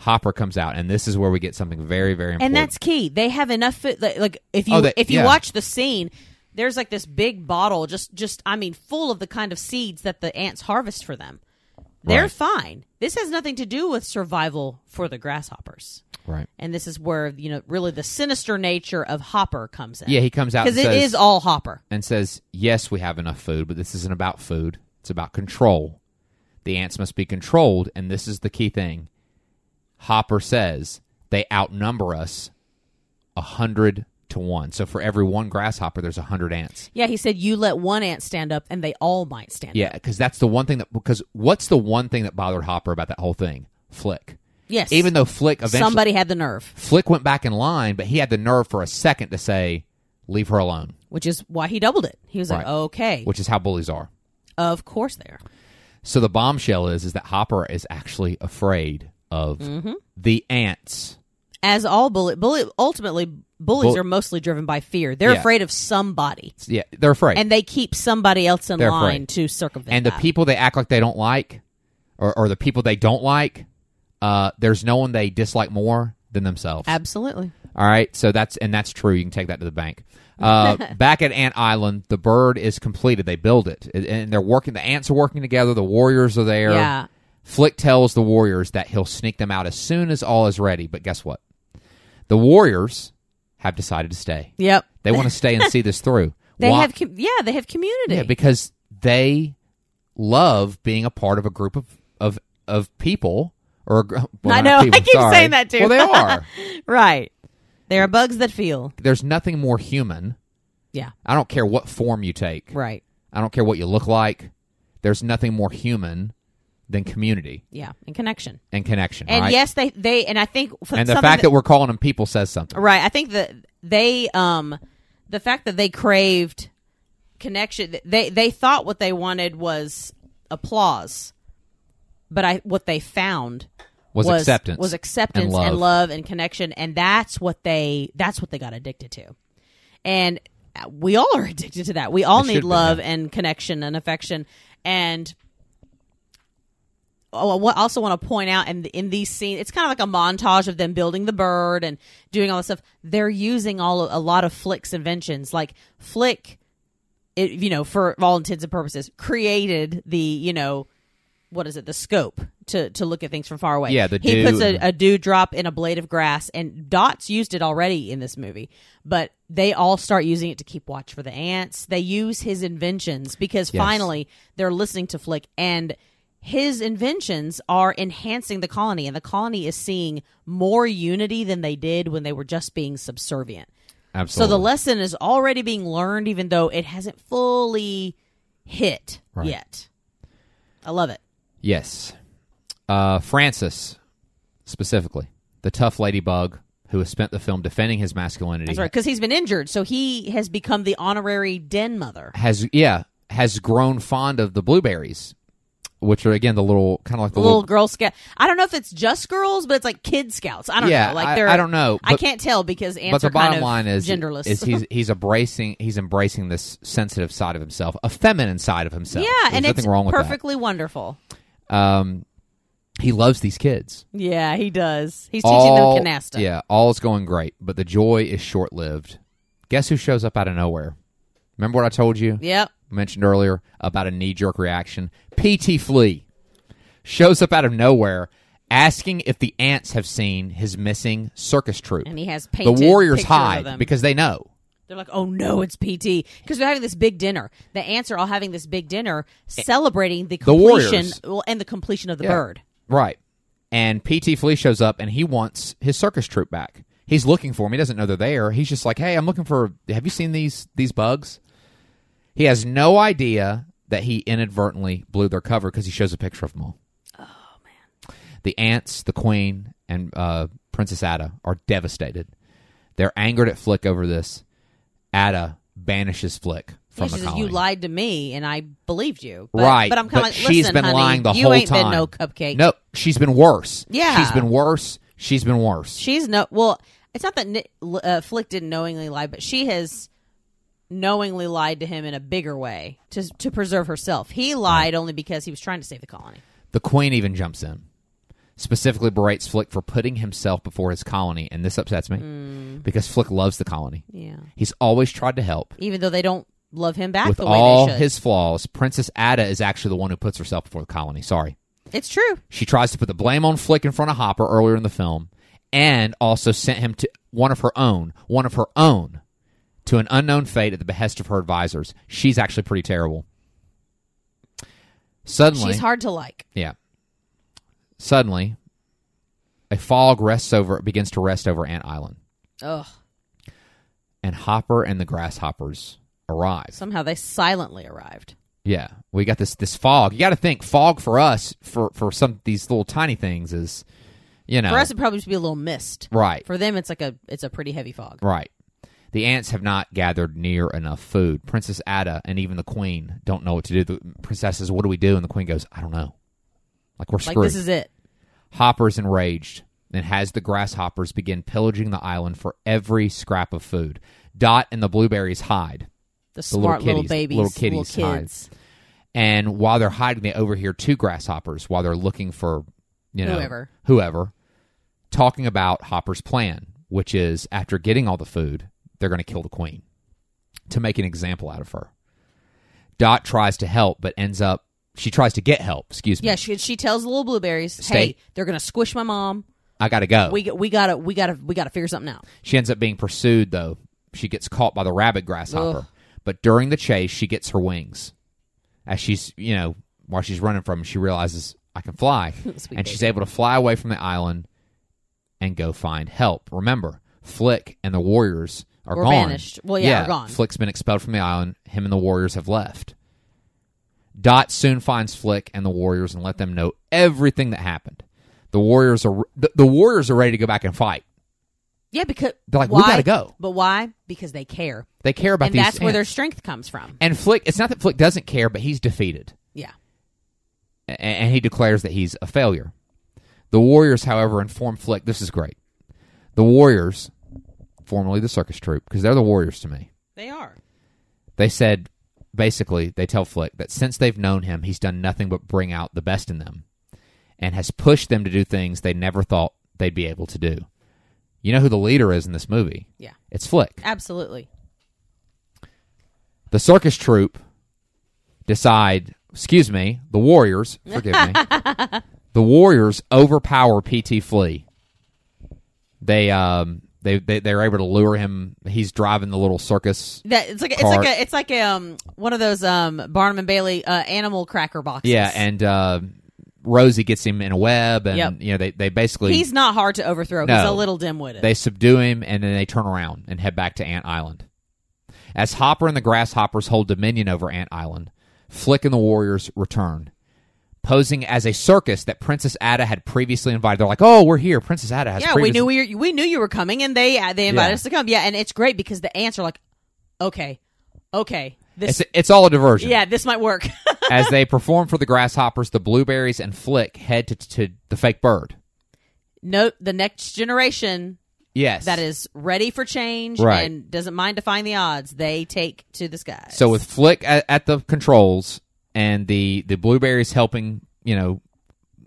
Speaker 1: Hopper comes out, and this is where we get something very, very important.
Speaker 2: and that's key. They have enough food. Like, like if you
Speaker 1: Oh, they-
Speaker 2: if you
Speaker 1: yeah.
Speaker 2: watch the scene, there's like this big bottle, just just I mean, full of the kind of seeds that the ants harvest for them. They're
Speaker 1: Right.
Speaker 2: fine. This has nothing to do with survival for the grasshoppers.
Speaker 1: right.
Speaker 2: And this is where you know really the sinister nature of Hopper comes in.
Speaker 1: Yeah, he comes out
Speaker 2: because
Speaker 1: and
Speaker 2: it
Speaker 1: says,
Speaker 2: is all Hopper.
Speaker 1: and says, "Yes, we have enough food, but this isn't about food. It's about control. The ants must be controlled, and this is the key thing." Hopper says, "They outnumber us a hundred to one. So for every one grasshopper, there's a hundred ants.
Speaker 2: Yeah, he said you let one ant stand up and they all might stand up.
Speaker 1: Yeah, because that's the one thing that because what's the one thing that bothered Hopper about that whole thing? Flick.
Speaker 2: Yes.
Speaker 1: Even though Flick eventually
Speaker 2: somebody had the nerve,
Speaker 1: Flick went back in line, but he had the nerve for a second to say, "Leave her alone,"
Speaker 2: which is why he doubled it. He was like,
Speaker 1: Right.
Speaker 2: okay,
Speaker 1: which is how bullies are.
Speaker 2: of course they are.
Speaker 1: So the bombshell is is that Hopper is actually afraid of the ants.
Speaker 2: As all bully, bully ultimately bullies
Speaker 1: Bull-
Speaker 2: are mostly driven by fear. They're
Speaker 1: Yeah.
Speaker 2: afraid of somebody,
Speaker 1: Yeah, they're afraid.
Speaker 2: and they keep somebody else in
Speaker 1: They're
Speaker 2: line
Speaker 1: afraid.
Speaker 2: to circumvent.
Speaker 1: and the
Speaker 2: that.
Speaker 1: people they act like they don't like, or, or the people they don't like, uh, there's no one they dislike more than themselves.
Speaker 2: absolutely.
Speaker 1: All right, so that's and that's true. You can take that to the bank. Uh, back at Ant Island, the bird is completed. They build it, and- and they're working. The ants are working together. The warriors are there.
Speaker 2: Yeah.
Speaker 1: Flick tells the warriors that he'll sneak them out as soon as all is ready. But guess what? The warriors have decided to stay.
Speaker 2: Yep.
Speaker 1: They want to stay and see this through.
Speaker 2: They
Speaker 1: Why-
Speaker 2: have com- yeah, they have community.
Speaker 1: yeah, because they love being a part of a group of of of people. Or a gr- well,
Speaker 2: I
Speaker 1: not
Speaker 2: know,
Speaker 1: people,
Speaker 2: I keep
Speaker 1: sorry.
Speaker 2: saying that too.
Speaker 1: Well, they are.
Speaker 2: right. There are bugs that feel.
Speaker 1: There's nothing more human.
Speaker 2: Yeah.
Speaker 1: I don't care what form you take.
Speaker 2: Right.
Speaker 1: I don't care what you look like. There's nothing more human than community
Speaker 2: Yeah. And connection.
Speaker 1: and connection.
Speaker 2: And
Speaker 1: right?
Speaker 2: yes, they they and I think for
Speaker 1: and the
Speaker 2: something
Speaker 1: fact that, we're calling them people says something.
Speaker 2: Right. I think that they um the fact that they craved connection they they thought what they wanted was applause. But I what they found
Speaker 1: Was acceptance
Speaker 2: Was
Speaker 1: and
Speaker 2: acceptance and love.
Speaker 1: love.
Speaker 2: and connection and that's what they that's what they got addicted to. And we all are addicted to that. We all
Speaker 1: It should
Speaker 2: need
Speaker 1: be,
Speaker 2: love and connection and affection and oh, I wa- also want to point out, and in these scenes, it's kind of like a montage of them building the bird and doing all this stuff. They're using all a lot of Flick's inventions, like Flick, it, you know, for all intents and purposes, created the you know, what is it, the scope to to look at things from far away.
Speaker 1: Yeah, the
Speaker 2: he
Speaker 1: dew
Speaker 2: puts a,
Speaker 1: and-
Speaker 2: a dewdrop in a blade of grass, and Dots used it already in this movie, but they all start using it to keep watch for the ants. They use his inventions because
Speaker 1: Yes.
Speaker 2: finally they're listening to Flick and his inventions are enhancing the colony and the colony is seeing more unity than they did when they were just being subservient. So
Speaker 1: Absolutely.
Speaker 2: the lesson is already being learned even though it hasn't fully hit
Speaker 1: Right.
Speaker 2: yet. I love it.
Speaker 1: yes. Uh, Francis, specifically, the tough ladybug who has spent the film defending his masculinity.
Speaker 2: That's right, because he's been injured, so he has become the honorary den mother.
Speaker 1: Has yeah has grown fond of the blueberries, which are again the little kind of like the
Speaker 2: The little Girl Scout. I don't know if it's just girls, but it's like Kid Scouts. I don't
Speaker 1: yeah.
Speaker 2: know. Like
Speaker 1: I-
Speaker 2: they're.
Speaker 1: I, don't know.
Speaker 2: I
Speaker 1: but-
Speaker 2: can't tell because ants
Speaker 1: but the
Speaker 2: are kind
Speaker 1: bottom
Speaker 2: of
Speaker 1: line is
Speaker 2: genderless.
Speaker 1: is he's he's embracing he's embracing this sensitive side of himself, a feminine side of himself.
Speaker 2: yeah,
Speaker 1: There's
Speaker 2: and
Speaker 1: nothing
Speaker 2: it's
Speaker 1: wrong with
Speaker 2: perfectly wonderful.
Speaker 1: that. Um, he loves these kids.
Speaker 2: Yeah, he does. He's
Speaker 1: all,
Speaker 2: teaching them canasta.
Speaker 1: Yeah, all's going great, but the joy is short lived. Guess who shows up out of nowhere? Remember what I told you?
Speaker 2: Yep.
Speaker 1: mentioned earlier about a knee jerk reaction. PT Flea shows up out of nowhere asking if the ants have seen his missing circus troupe.
Speaker 2: And he has
Speaker 1: the
Speaker 2: painted
Speaker 1: warriors
Speaker 2: pictures Of
Speaker 1: hide
Speaker 2: them.
Speaker 1: because they know.
Speaker 2: they're like, "Oh no, it's PT," because they're having this big dinner. The ants are all having this big dinner, celebrating the completion
Speaker 1: Eh. warriors.
Speaker 2: well, and the completion of the
Speaker 1: Yeah.
Speaker 2: bird.
Speaker 1: Right. And PT Flea shows up and he wants his circus troupe back. He's looking for him. He doesn't know they're there. He's just like, "Hey, I'm looking for Have you seen these these bugs?" He has no idea that he inadvertently blew their cover because he shows a picture of them all. Oh man. The ants, the queen, and uh, Princess Ada are devastated. They're angered at Flick over this. Ada banishes Flick from
Speaker 2: And
Speaker 1: the
Speaker 2: she says,
Speaker 1: colony.
Speaker 2: "You lied to me, and I believed you." But,
Speaker 1: right.
Speaker 2: But I'm kind of like,
Speaker 1: she's
Speaker 2: "Listen,
Speaker 1: been
Speaker 2: honey,
Speaker 1: lying the
Speaker 2: you
Speaker 1: whole
Speaker 2: ain't
Speaker 1: time.
Speaker 2: been no cupcake.
Speaker 1: No, she's been worse.
Speaker 2: Yeah.
Speaker 1: she's been worse. She's been worse.
Speaker 2: She's no. Well, it's not that Ni- L- uh, Flick didn't knowingly lie, but she has knowingly lied to him in a bigger way to to preserve herself. He lied only because he was trying to save the colony.
Speaker 1: The queen even jumps in, specifically berates Flick for putting himself before his colony, and this upsets me because Flick loves the colony.
Speaker 2: Mm. Yeah.
Speaker 1: He's always tried to help.
Speaker 2: Even though they don't love him back
Speaker 1: With
Speaker 2: the way
Speaker 1: all
Speaker 2: they should.
Speaker 1: his flaws, Princess Ada is actually the one who puts herself before the colony. Sorry.
Speaker 2: it's true.
Speaker 1: She tries to put the blame on Flick in front of Hopper earlier in the film, and also sent him to one of her own, one of her own, to an unknown fate at the behest of her advisors. She's actually pretty terrible. Suddenly,
Speaker 2: She's hard to like.
Speaker 1: yeah. Suddenly, a fog rests over begins to rest over Ant Island.
Speaker 2: Ugh.
Speaker 1: and Hopper and the grasshoppers arrive.
Speaker 2: Somehow they silently arrived.
Speaker 1: Yeah, we got this this fog. You got to think fog for us for for some these little tiny things is, you know,
Speaker 2: For us, it probably just be a little mist.
Speaker 1: right,
Speaker 2: For them, it's like a it's a pretty heavy fog.
Speaker 1: right. The ants have not gathered near enough food. Princess Ada and even the queen don't know what to do. The princess says, "What do we do?" And the queen goes, "I don't know." Like we're
Speaker 2: Like
Speaker 1: screwed.
Speaker 2: this is it.
Speaker 1: Hopper's enraged and has the grasshoppers begin pillaging the island for every scrap of food. Dot and the blueberries hide.
Speaker 2: The
Speaker 1: little
Speaker 2: smart little,
Speaker 1: kitties-
Speaker 2: babies,
Speaker 1: little kitties hide.
Speaker 2: kids,
Speaker 1: And while they're hiding, they overhear two grasshoppers while they're looking for, you know,
Speaker 2: Whoever.
Speaker 1: whoever, talking about Hopper's plan, which is after getting all the food, they're going to kill the queen to make an example out of her. Dot tries to help, but ends up, she tries to get help, excuse me.
Speaker 2: Yeah, she, she tells the little blueberries,
Speaker 1: Stay-
Speaker 2: "Hey, they're gonna squish my mom.
Speaker 1: I got to go.
Speaker 2: We we gotta we gotta we gotta figure something out."
Speaker 1: She ends up being pursued, though. She gets caught by the rabbit grasshopper.
Speaker 2: Ugh.
Speaker 1: But during the chase, she gets her wings. As she's, you know, while she's running from him, she realizes, I can fly. and
Speaker 2: Sweet
Speaker 1: she's able to fly away from the island and go find help. Remember, Flick and the warriors are
Speaker 2: Were
Speaker 1: gone.
Speaker 2: banished. Well, yeah, are gone.
Speaker 1: Flick's been expelled from the island. Him and the warriors have left. Dot soon finds Flick and the warriors and let them know everything that happened. The warriors are the, the warriors are ready to go back and fight.
Speaker 2: Yeah, because
Speaker 1: They're like, we
Speaker 2: why?
Speaker 1: gotta go.
Speaker 2: But why? Because they care,
Speaker 1: They care about
Speaker 2: and
Speaker 1: these.
Speaker 2: that's where their
Speaker 1: ants.
Speaker 2: strength comes from.
Speaker 1: and Flick. It's not that Flick doesn't care, but he's defeated,
Speaker 2: Yeah,
Speaker 1: A- and he declares that he's a failure. The Warriors, however, inform Flick. This is great. The Warriors, formerly the circus troupe, because they're the Warriors to me.
Speaker 2: they are.
Speaker 1: They said basically they tell Flick that since they've known him, he's done nothing but bring out the best in them, and has pushed them to do things they never thought they'd be able to do. You know who the leader is in this movie?
Speaker 2: Yeah,
Speaker 1: It's Flick.
Speaker 2: absolutely.
Speaker 1: the circus troupe decide excuse me the warriors forgive me the warriors overpower pt flea they um they, they they're able to lure him he's driving the little circus
Speaker 2: That it's like
Speaker 1: Cart.
Speaker 2: it's like a it's like a, um one of those um Barnum and Bailey uh, animal cracker boxes.
Speaker 1: yeah and uh rosie gets him in a web and
Speaker 2: Yep.
Speaker 1: you know they, they basically
Speaker 2: he's not hard to overthrow. He's
Speaker 1: No.
Speaker 2: a little dim witted.
Speaker 1: They subdue him, and then they turn around and head back to Ant Island. As Hopper and the Grasshoppers hold dominion over Ant Island, Flick and the Warriors return, posing as a circus that Princess Ada had previously invited. They're like, "Oh, we're here. Princess Ada has
Speaker 2: yeah, we
Speaker 1: previously-
Speaker 2: knew we were, we knew you were coming, and they uh, they invited
Speaker 1: Yeah.
Speaker 2: us to come. Yeah, and it's great because the ants are like, okay, okay, this
Speaker 1: It's, it's all a diversion.
Speaker 2: yeah, this might work.
Speaker 1: As they perform for the Grasshoppers, the Blueberries and Flick head to, to the fake bird.
Speaker 2: Note the next generation
Speaker 1: Yes,
Speaker 2: that is ready for change
Speaker 1: Right.
Speaker 2: and doesn't mind defying the odds. They take to the skies.
Speaker 1: So with Flick at, at the controls and the the Blueberries helping, you know,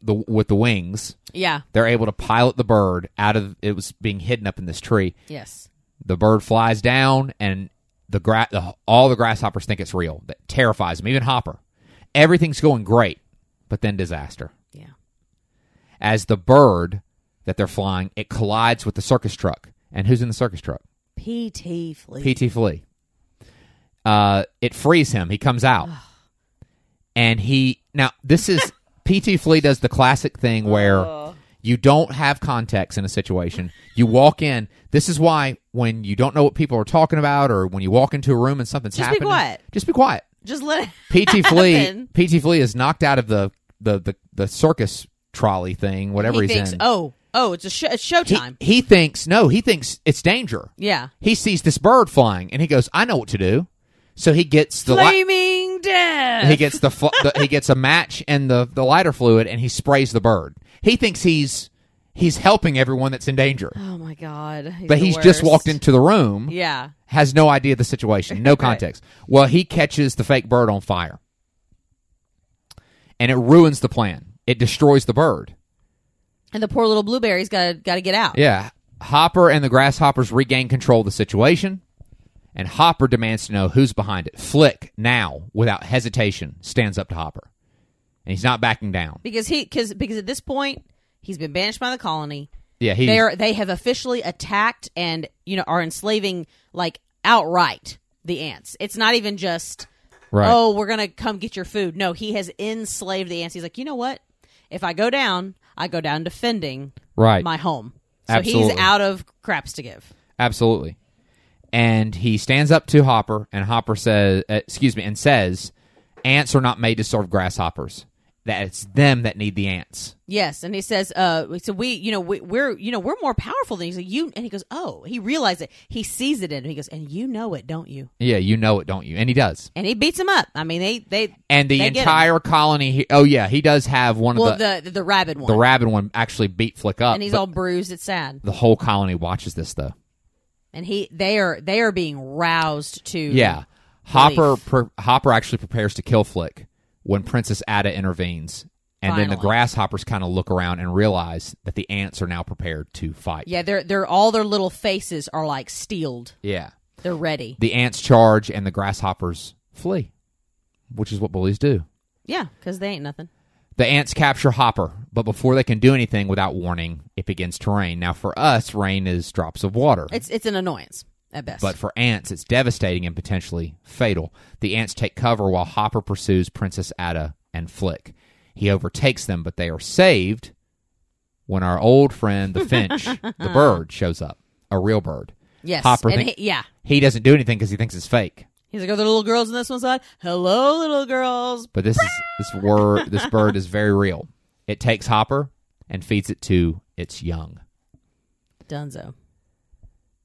Speaker 1: the with the wings.
Speaker 2: yeah,
Speaker 1: they're able to pilot the bird out of it was being hidden up in this tree
Speaker 2: yes,
Speaker 1: the bird flies down and the, gra- the all the grasshoppers think it's real that terrifies them even hopper everything's going great but then disaster
Speaker 2: yeah,
Speaker 1: as the bird that they're flying it collides with the circus truck and who's in the circus truck
Speaker 2: PT fleet.
Speaker 1: pt flea uh, it frees him he comes out and he now this is pt flea does the classic thing where You don't have context in a situation. You walk in. This is why when you don't know what people are talking about, or when you walk into a room and something's
Speaker 2: Just be
Speaker 1: happening,
Speaker 2: quiet.
Speaker 1: Just be quiet.
Speaker 2: Just let it.
Speaker 1: PT Flea,
Speaker 2: Happen.
Speaker 1: PT Flea is knocked out of the the the, the circus trolley thing, whatever
Speaker 2: he
Speaker 1: he's
Speaker 2: thinks,
Speaker 1: in.
Speaker 2: oh, oh, it's a sh- it's
Speaker 1: he,
Speaker 2: showtime.
Speaker 1: he thinks no. He thinks it's danger.
Speaker 2: yeah,
Speaker 1: He sees this bird flying, and he goes, "I know what to do." So he gets the light.
Speaker 2: flaming death.
Speaker 1: He gets the, fl- the he gets a match and the the lighter fluid, and he sprays the bird. He thinks he's he's helping everyone that's in danger,
Speaker 2: oh my god! He's
Speaker 1: but
Speaker 2: the
Speaker 1: he's just
Speaker 2: worst.
Speaker 1: walked into the room,
Speaker 2: Yeah,
Speaker 1: has no idea the situation, no context. Well, he catches the fake bird on fire, and it ruins the plan. It destroys the bird.
Speaker 2: and the poor little blueberry's got to got to get out.
Speaker 1: Yeah, Hopper and the grasshoppers regain control of the situation, and Hopper demands to know who's behind it. Flick now, without hesitation, stands up to Hopper, and he's not backing down.
Speaker 2: because he because because at this point he's been banished by the colony.
Speaker 1: Yeah, he's
Speaker 2: They are they have officially attacked and you know are enslaving like outright the ants. It's not even just
Speaker 1: right.
Speaker 2: oh we're gonna come get your food. No, he has enslaved the ants. He's like you know what? If I go down, I go down defending
Speaker 1: right.
Speaker 2: my home. So
Speaker 1: Absolutely.
Speaker 2: he's out of craps to give.
Speaker 1: Absolutely. and he stands up to Hopper, and Hopper says, uh, "Excuse me," and says, "Ants are not made to serve grasshoppers. That it's them that need the ants."
Speaker 2: Yes, and he says, uh, so we, you know, we, we're, you know, we're more powerful than you. He's like, you, and he goes, oh, he realized it. He sees it in him. He goes, and you know it, don't you?
Speaker 1: Yeah, you know it, don't you? And he does.
Speaker 2: And he beats him up. I mean, they, they,
Speaker 1: And the
Speaker 2: They get 'em.
Speaker 1: entire colony. He, oh yeah, he does have one
Speaker 2: well,
Speaker 1: of the,
Speaker 2: the the, the rabid one,
Speaker 1: the rabid one actually beat Flick up,
Speaker 2: and he's
Speaker 1: but
Speaker 2: all bruised. It's sad,
Speaker 1: the whole colony watches this though.
Speaker 2: and he, they are, they are being roused to,
Speaker 1: Yeah, Hopper pre- Hopper actually prepares to kill Flick when Princess Ada intervenes, and then the
Speaker 2: Finally.
Speaker 1: grasshoppers kind of look around and realize that the ants are now prepared to fight.
Speaker 2: yeah. They're, they're all their little faces are like steeled.
Speaker 1: yeah.
Speaker 2: They're ready.
Speaker 1: The ants charge and the grasshoppers flee, which is what bullies do.
Speaker 2: Yeah, because they ain't nothing.
Speaker 1: The ants capture Hopper, but before they can do anything without warning, it begins to rain. Now, for us, rain is drops of water.
Speaker 2: It's, it's an annoyance at best.
Speaker 1: But for ants, it's devastating and potentially fatal. The ants take cover while Hopper pursues Princess Ada and Flick. He overtakes them, but they are saved when our old friend, the finch, the bird, shows up. A real bird.
Speaker 2: yes,
Speaker 1: Hopper
Speaker 2: and
Speaker 1: think-
Speaker 2: he, yeah.
Speaker 1: He doesn't do anything because he thinks it's fake.
Speaker 2: He's like, are there little girls on this one side? Hello, little girls.
Speaker 1: But this is, this word, this bird is very real. It takes Hopper and feeds it to its young.
Speaker 2: Dunzo.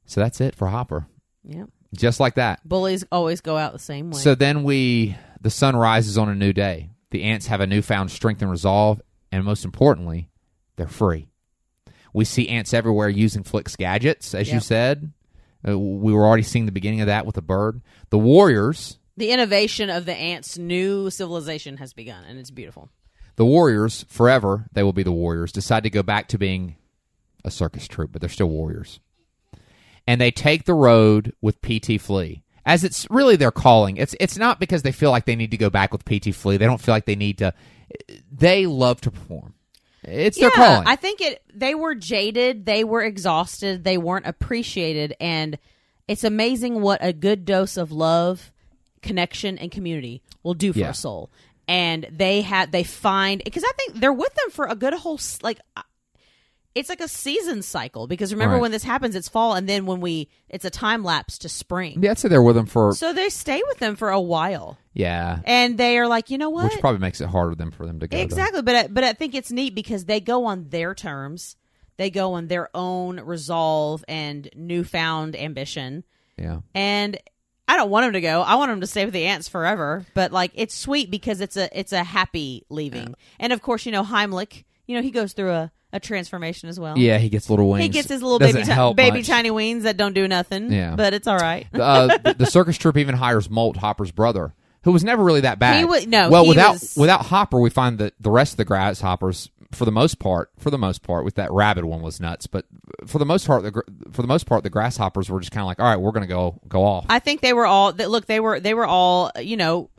Speaker 1: So that's it for Hopper.
Speaker 2: Yeah.
Speaker 1: Just like that.
Speaker 2: Bullies always go out the same way.
Speaker 1: So then we, the sun rises on a new day. The ants have a newfound strength and resolve, and most importantly, they're free. We see ants everywhere using Flick's gadgets, as you
Speaker 2: Yep.
Speaker 1: said. Uh, we were already seeing the beginning of that with the bird. The warriors,
Speaker 2: the innovation of the ants' new civilization has begun, and it's beautiful.
Speaker 1: the warriors, forever they will be the warriors, decide to go back to being a circus troupe, but they're still warriors. And they take the road with PT Flea. As it's really their calling. It's it's not because they feel like they need to go back with PT Flea. They don't feel like they need to they love to perform. It's their calling.
Speaker 2: I think it. They were jaded. They were exhausted. They weren't appreciated, and it's amazing what a good dose of love, connection, and community will do for
Speaker 1: Yeah.
Speaker 2: a soul. And they had they find because I think they're with them for a good whole s- like. uh, It's like a season cycle because remember
Speaker 1: Right.
Speaker 2: when this happens, it's fall, and then when we, it's a time lapse to spring.
Speaker 1: yeah, I'd say they're with them for
Speaker 2: So they stay with them for a while.
Speaker 1: yeah.
Speaker 2: and they are like, you know what?
Speaker 1: Which probably makes it harder than for them to go. to-
Speaker 2: exactly. But I, but I think it's neat because they go on their terms. They go on their own resolve and newfound ambition.
Speaker 1: yeah.
Speaker 2: And I don't want them to go. I want them to stay with the ants forever. But like, it's sweet because it's a it's a happy leaving. And of course, you know Heimlich. You know he goes through a, a transformation as well.
Speaker 1: Yeah, he gets little wings.
Speaker 2: He gets his little
Speaker 1: Doesn't
Speaker 2: baby, ti-
Speaker 1: help
Speaker 2: baby
Speaker 1: much.
Speaker 2: tiny wings that don't do nothing,
Speaker 1: Yeah.
Speaker 2: but it's all right.
Speaker 1: uh, the, the circus troupe even hires Molt Hopper's brother, who was never really that bad.
Speaker 2: He wa- no,
Speaker 1: well,
Speaker 2: he
Speaker 1: without
Speaker 2: was-
Speaker 1: without Hopper, we find that the rest of the grasshoppers, for the most part, for the most part, with that rabbit one was nuts. But for the most part, the gr- for the most part, the grasshoppers were just kind of like, all right, we're gonna go go off,
Speaker 2: I think they were all that. Look, they were they were all you know,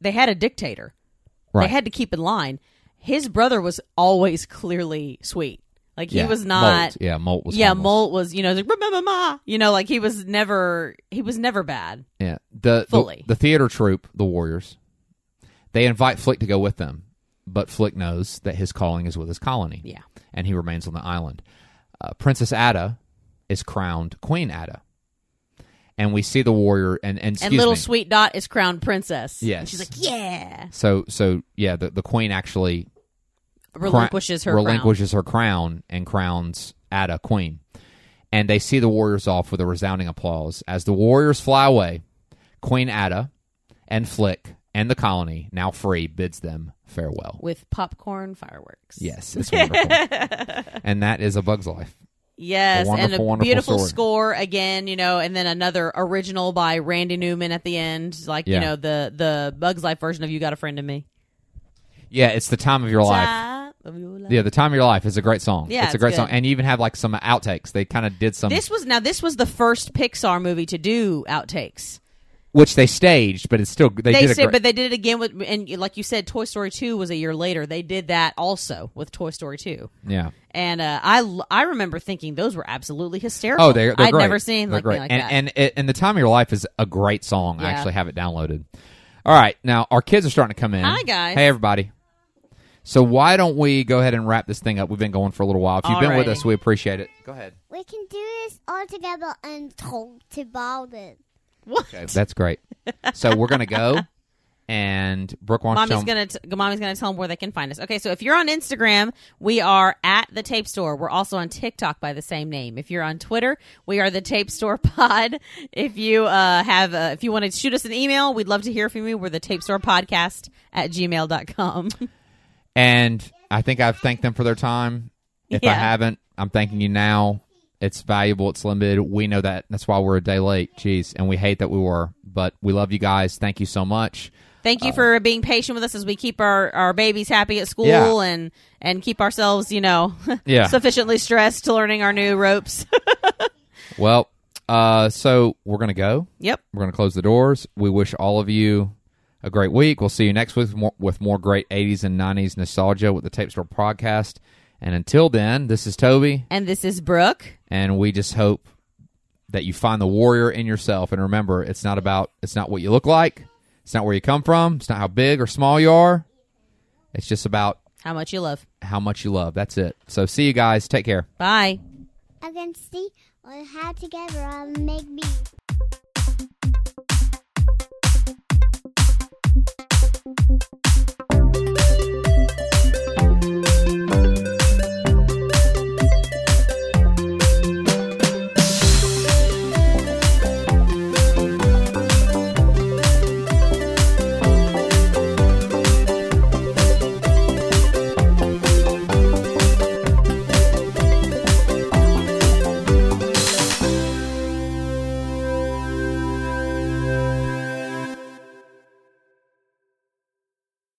Speaker 2: they had a dictator.
Speaker 1: right?
Speaker 2: They had to keep in line. His brother was always clearly sweet. Like he
Speaker 1: Yeah,
Speaker 2: was not.
Speaker 1: Molt. Yeah, Molt was.
Speaker 2: yeah,
Speaker 1: harmless.
Speaker 2: Molt was. You know, like remember ma. You know, like he was never. He was never bad.
Speaker 1: Yeah, the, the
Speaker 2: Fully.
Speaker 1: the theater troupe, the Warriors, they invite Flick to go with them, but Flick knows that his calling is with his colony.
Speaker 2: Yeah.
Speaker 1: and he remains on the island. Uh, Princess Ada is crowned Queen Ada, and we see the warrior and and,
Speaker 2: And
Speaker 1: excuse
Speaker 2: little
Speaker 1: me.
Speaker 2: sweet dot is crowned princess.
Speaker 1: Yes.
Speaker 2: and she's like yeah,
Speaker 1: so so yeah, the, the queen actually cra-
Speaker 2: relinquishes her relinquish-
Speaker 1: relinquishes her crown and crowns Ada queen, and they see the warriors off with a resounding applause as the warriors fly away. Queen Ada and Flick and the colony now free bids them farewell.
Speaker 2: with popcorn fireworks.
Speaker 1: Yes, it's wonderful, and that is a Bug's Life.
Speaker 2: Yes,
Speaker 1: A
Speaker 2: and
Speaker 1: wonderful,
Speaker 2: a
Speaker 1: wonderful
Speaker 2: beautiful
Speaker 1: story.
Speaker 2: score again, you know, and then another original by Randy Newman at the end, like
Speaker 1: Yeah.
Speaker 2: you know the the Bugs Life version of "You Got a Friend in Me."
Speaker 1: Yeah, it's the time of your life.
Speaker 2: Time of your life.
Speaker 1: Yeah, the time of your life is a great song.
Speaker 2: Yeah,
Speaker 1: it's a
Speaker 2: it's
Speaker 1: great
Speaker 2: good.
Speaker 1: song, and you even have like some outtakes. They kind of did some,
Speaker 2: This was now this was the first Pixar movie to do outtakes.
Speaker 1: which they staged, but it's still they,
Speaker 2: They
Speaker 1: did a
Speaker 2: said,
Speaker 1: great.
Speaker 2: but they did it again with, and like you said, Toy Story Two was a year later. They did that also with Toy Story Two,
Speaker 1: yeah.
Speaker 2: and uh, I l- I remember thinking those were absolutely hysterical.
Speaker 1: Oh, they're, they're
Speaker 2: I'd
Speaker 1: great.
Speaker 2: never seen
Speaker 1: They're
Speaker 2: like,
Speaker 1: great.
Speaker 2: anything like
Speaker 1: and,
Speaker 2: that.
Speaker 1: and it- and the time of your life is a great song. I
Speaker 2: Yeah.
Speaker 1: actually have it downloaded. All right, now our kids are starting to come in.
Speaker 2: Hi, guys.
Speaker 1: Hey everybody. So why don't we go ahead and wrap this thing up? We've been going for a little while. If you've been with
Speaker 2: Alrighty.
Speaker 1: us, we appreciate it. Go ahead.
Speaker 3: We can do this this all together and talked about it.
Speaker 2: What?
Speaker 1: Okay, that's great. So we're gonna go, and Brooke wants
Speaker 2: Mommy's
Speaker 1: to.
Speaker 2: gonna t- mommy's gonna tell them where they can find us. Okay, so if you're on Instagram, we are at the Tape Store. We're also on TikTok by the same name. If you're on Twitter, we are the Tape Store Pod. If you uh, have uh, if you want to shoot us an email, we'd love to hear from you. We're the Tape Store Podcast at gmail.com.
Speaker 1: and I think I've thanked them for their time. If I
Speaker 2: Yeah.
Speaker 1: haven't, I'm thanking you now. It's valuable. It's limited. We know that. That's why we're a day late. Jeez, and we hate that we were, but we love you guys. Thank you so much.
Speaker 2: Thank
Speaker 1: Uh,
Speaker 2: you for being patient with us as we keep our, our babies happy at school
Speaker 1: Yeah.
Speaker 2: and and keep ourselves, you know,
Speaker 1: Yeah.
Speaker 2: sufficiently stressed to learning our new ropes.
Speaker 1: Well, uh, so we're gonna go.
Speaker 2: yep.
Speaker 1: We're gonna close the doors. We wish all of you a great week. We'll see you next week with more, with more great 80s and 90s nostalgia with the Tape Store podcast. And until then, this is Toby.
Speaker 2: And this is Brooke.
Speaker 1: and we just hope that you find the warrior in yourself and remember it's not about it's not what you look like it's not where you come from it's not how big or small you are it's just about
Speaker 2: How much you love.
Speaker 1: how much you love that's it so see you guys take care
Speaker 2: Bye.
Speaker 3: I can see or how together I make me.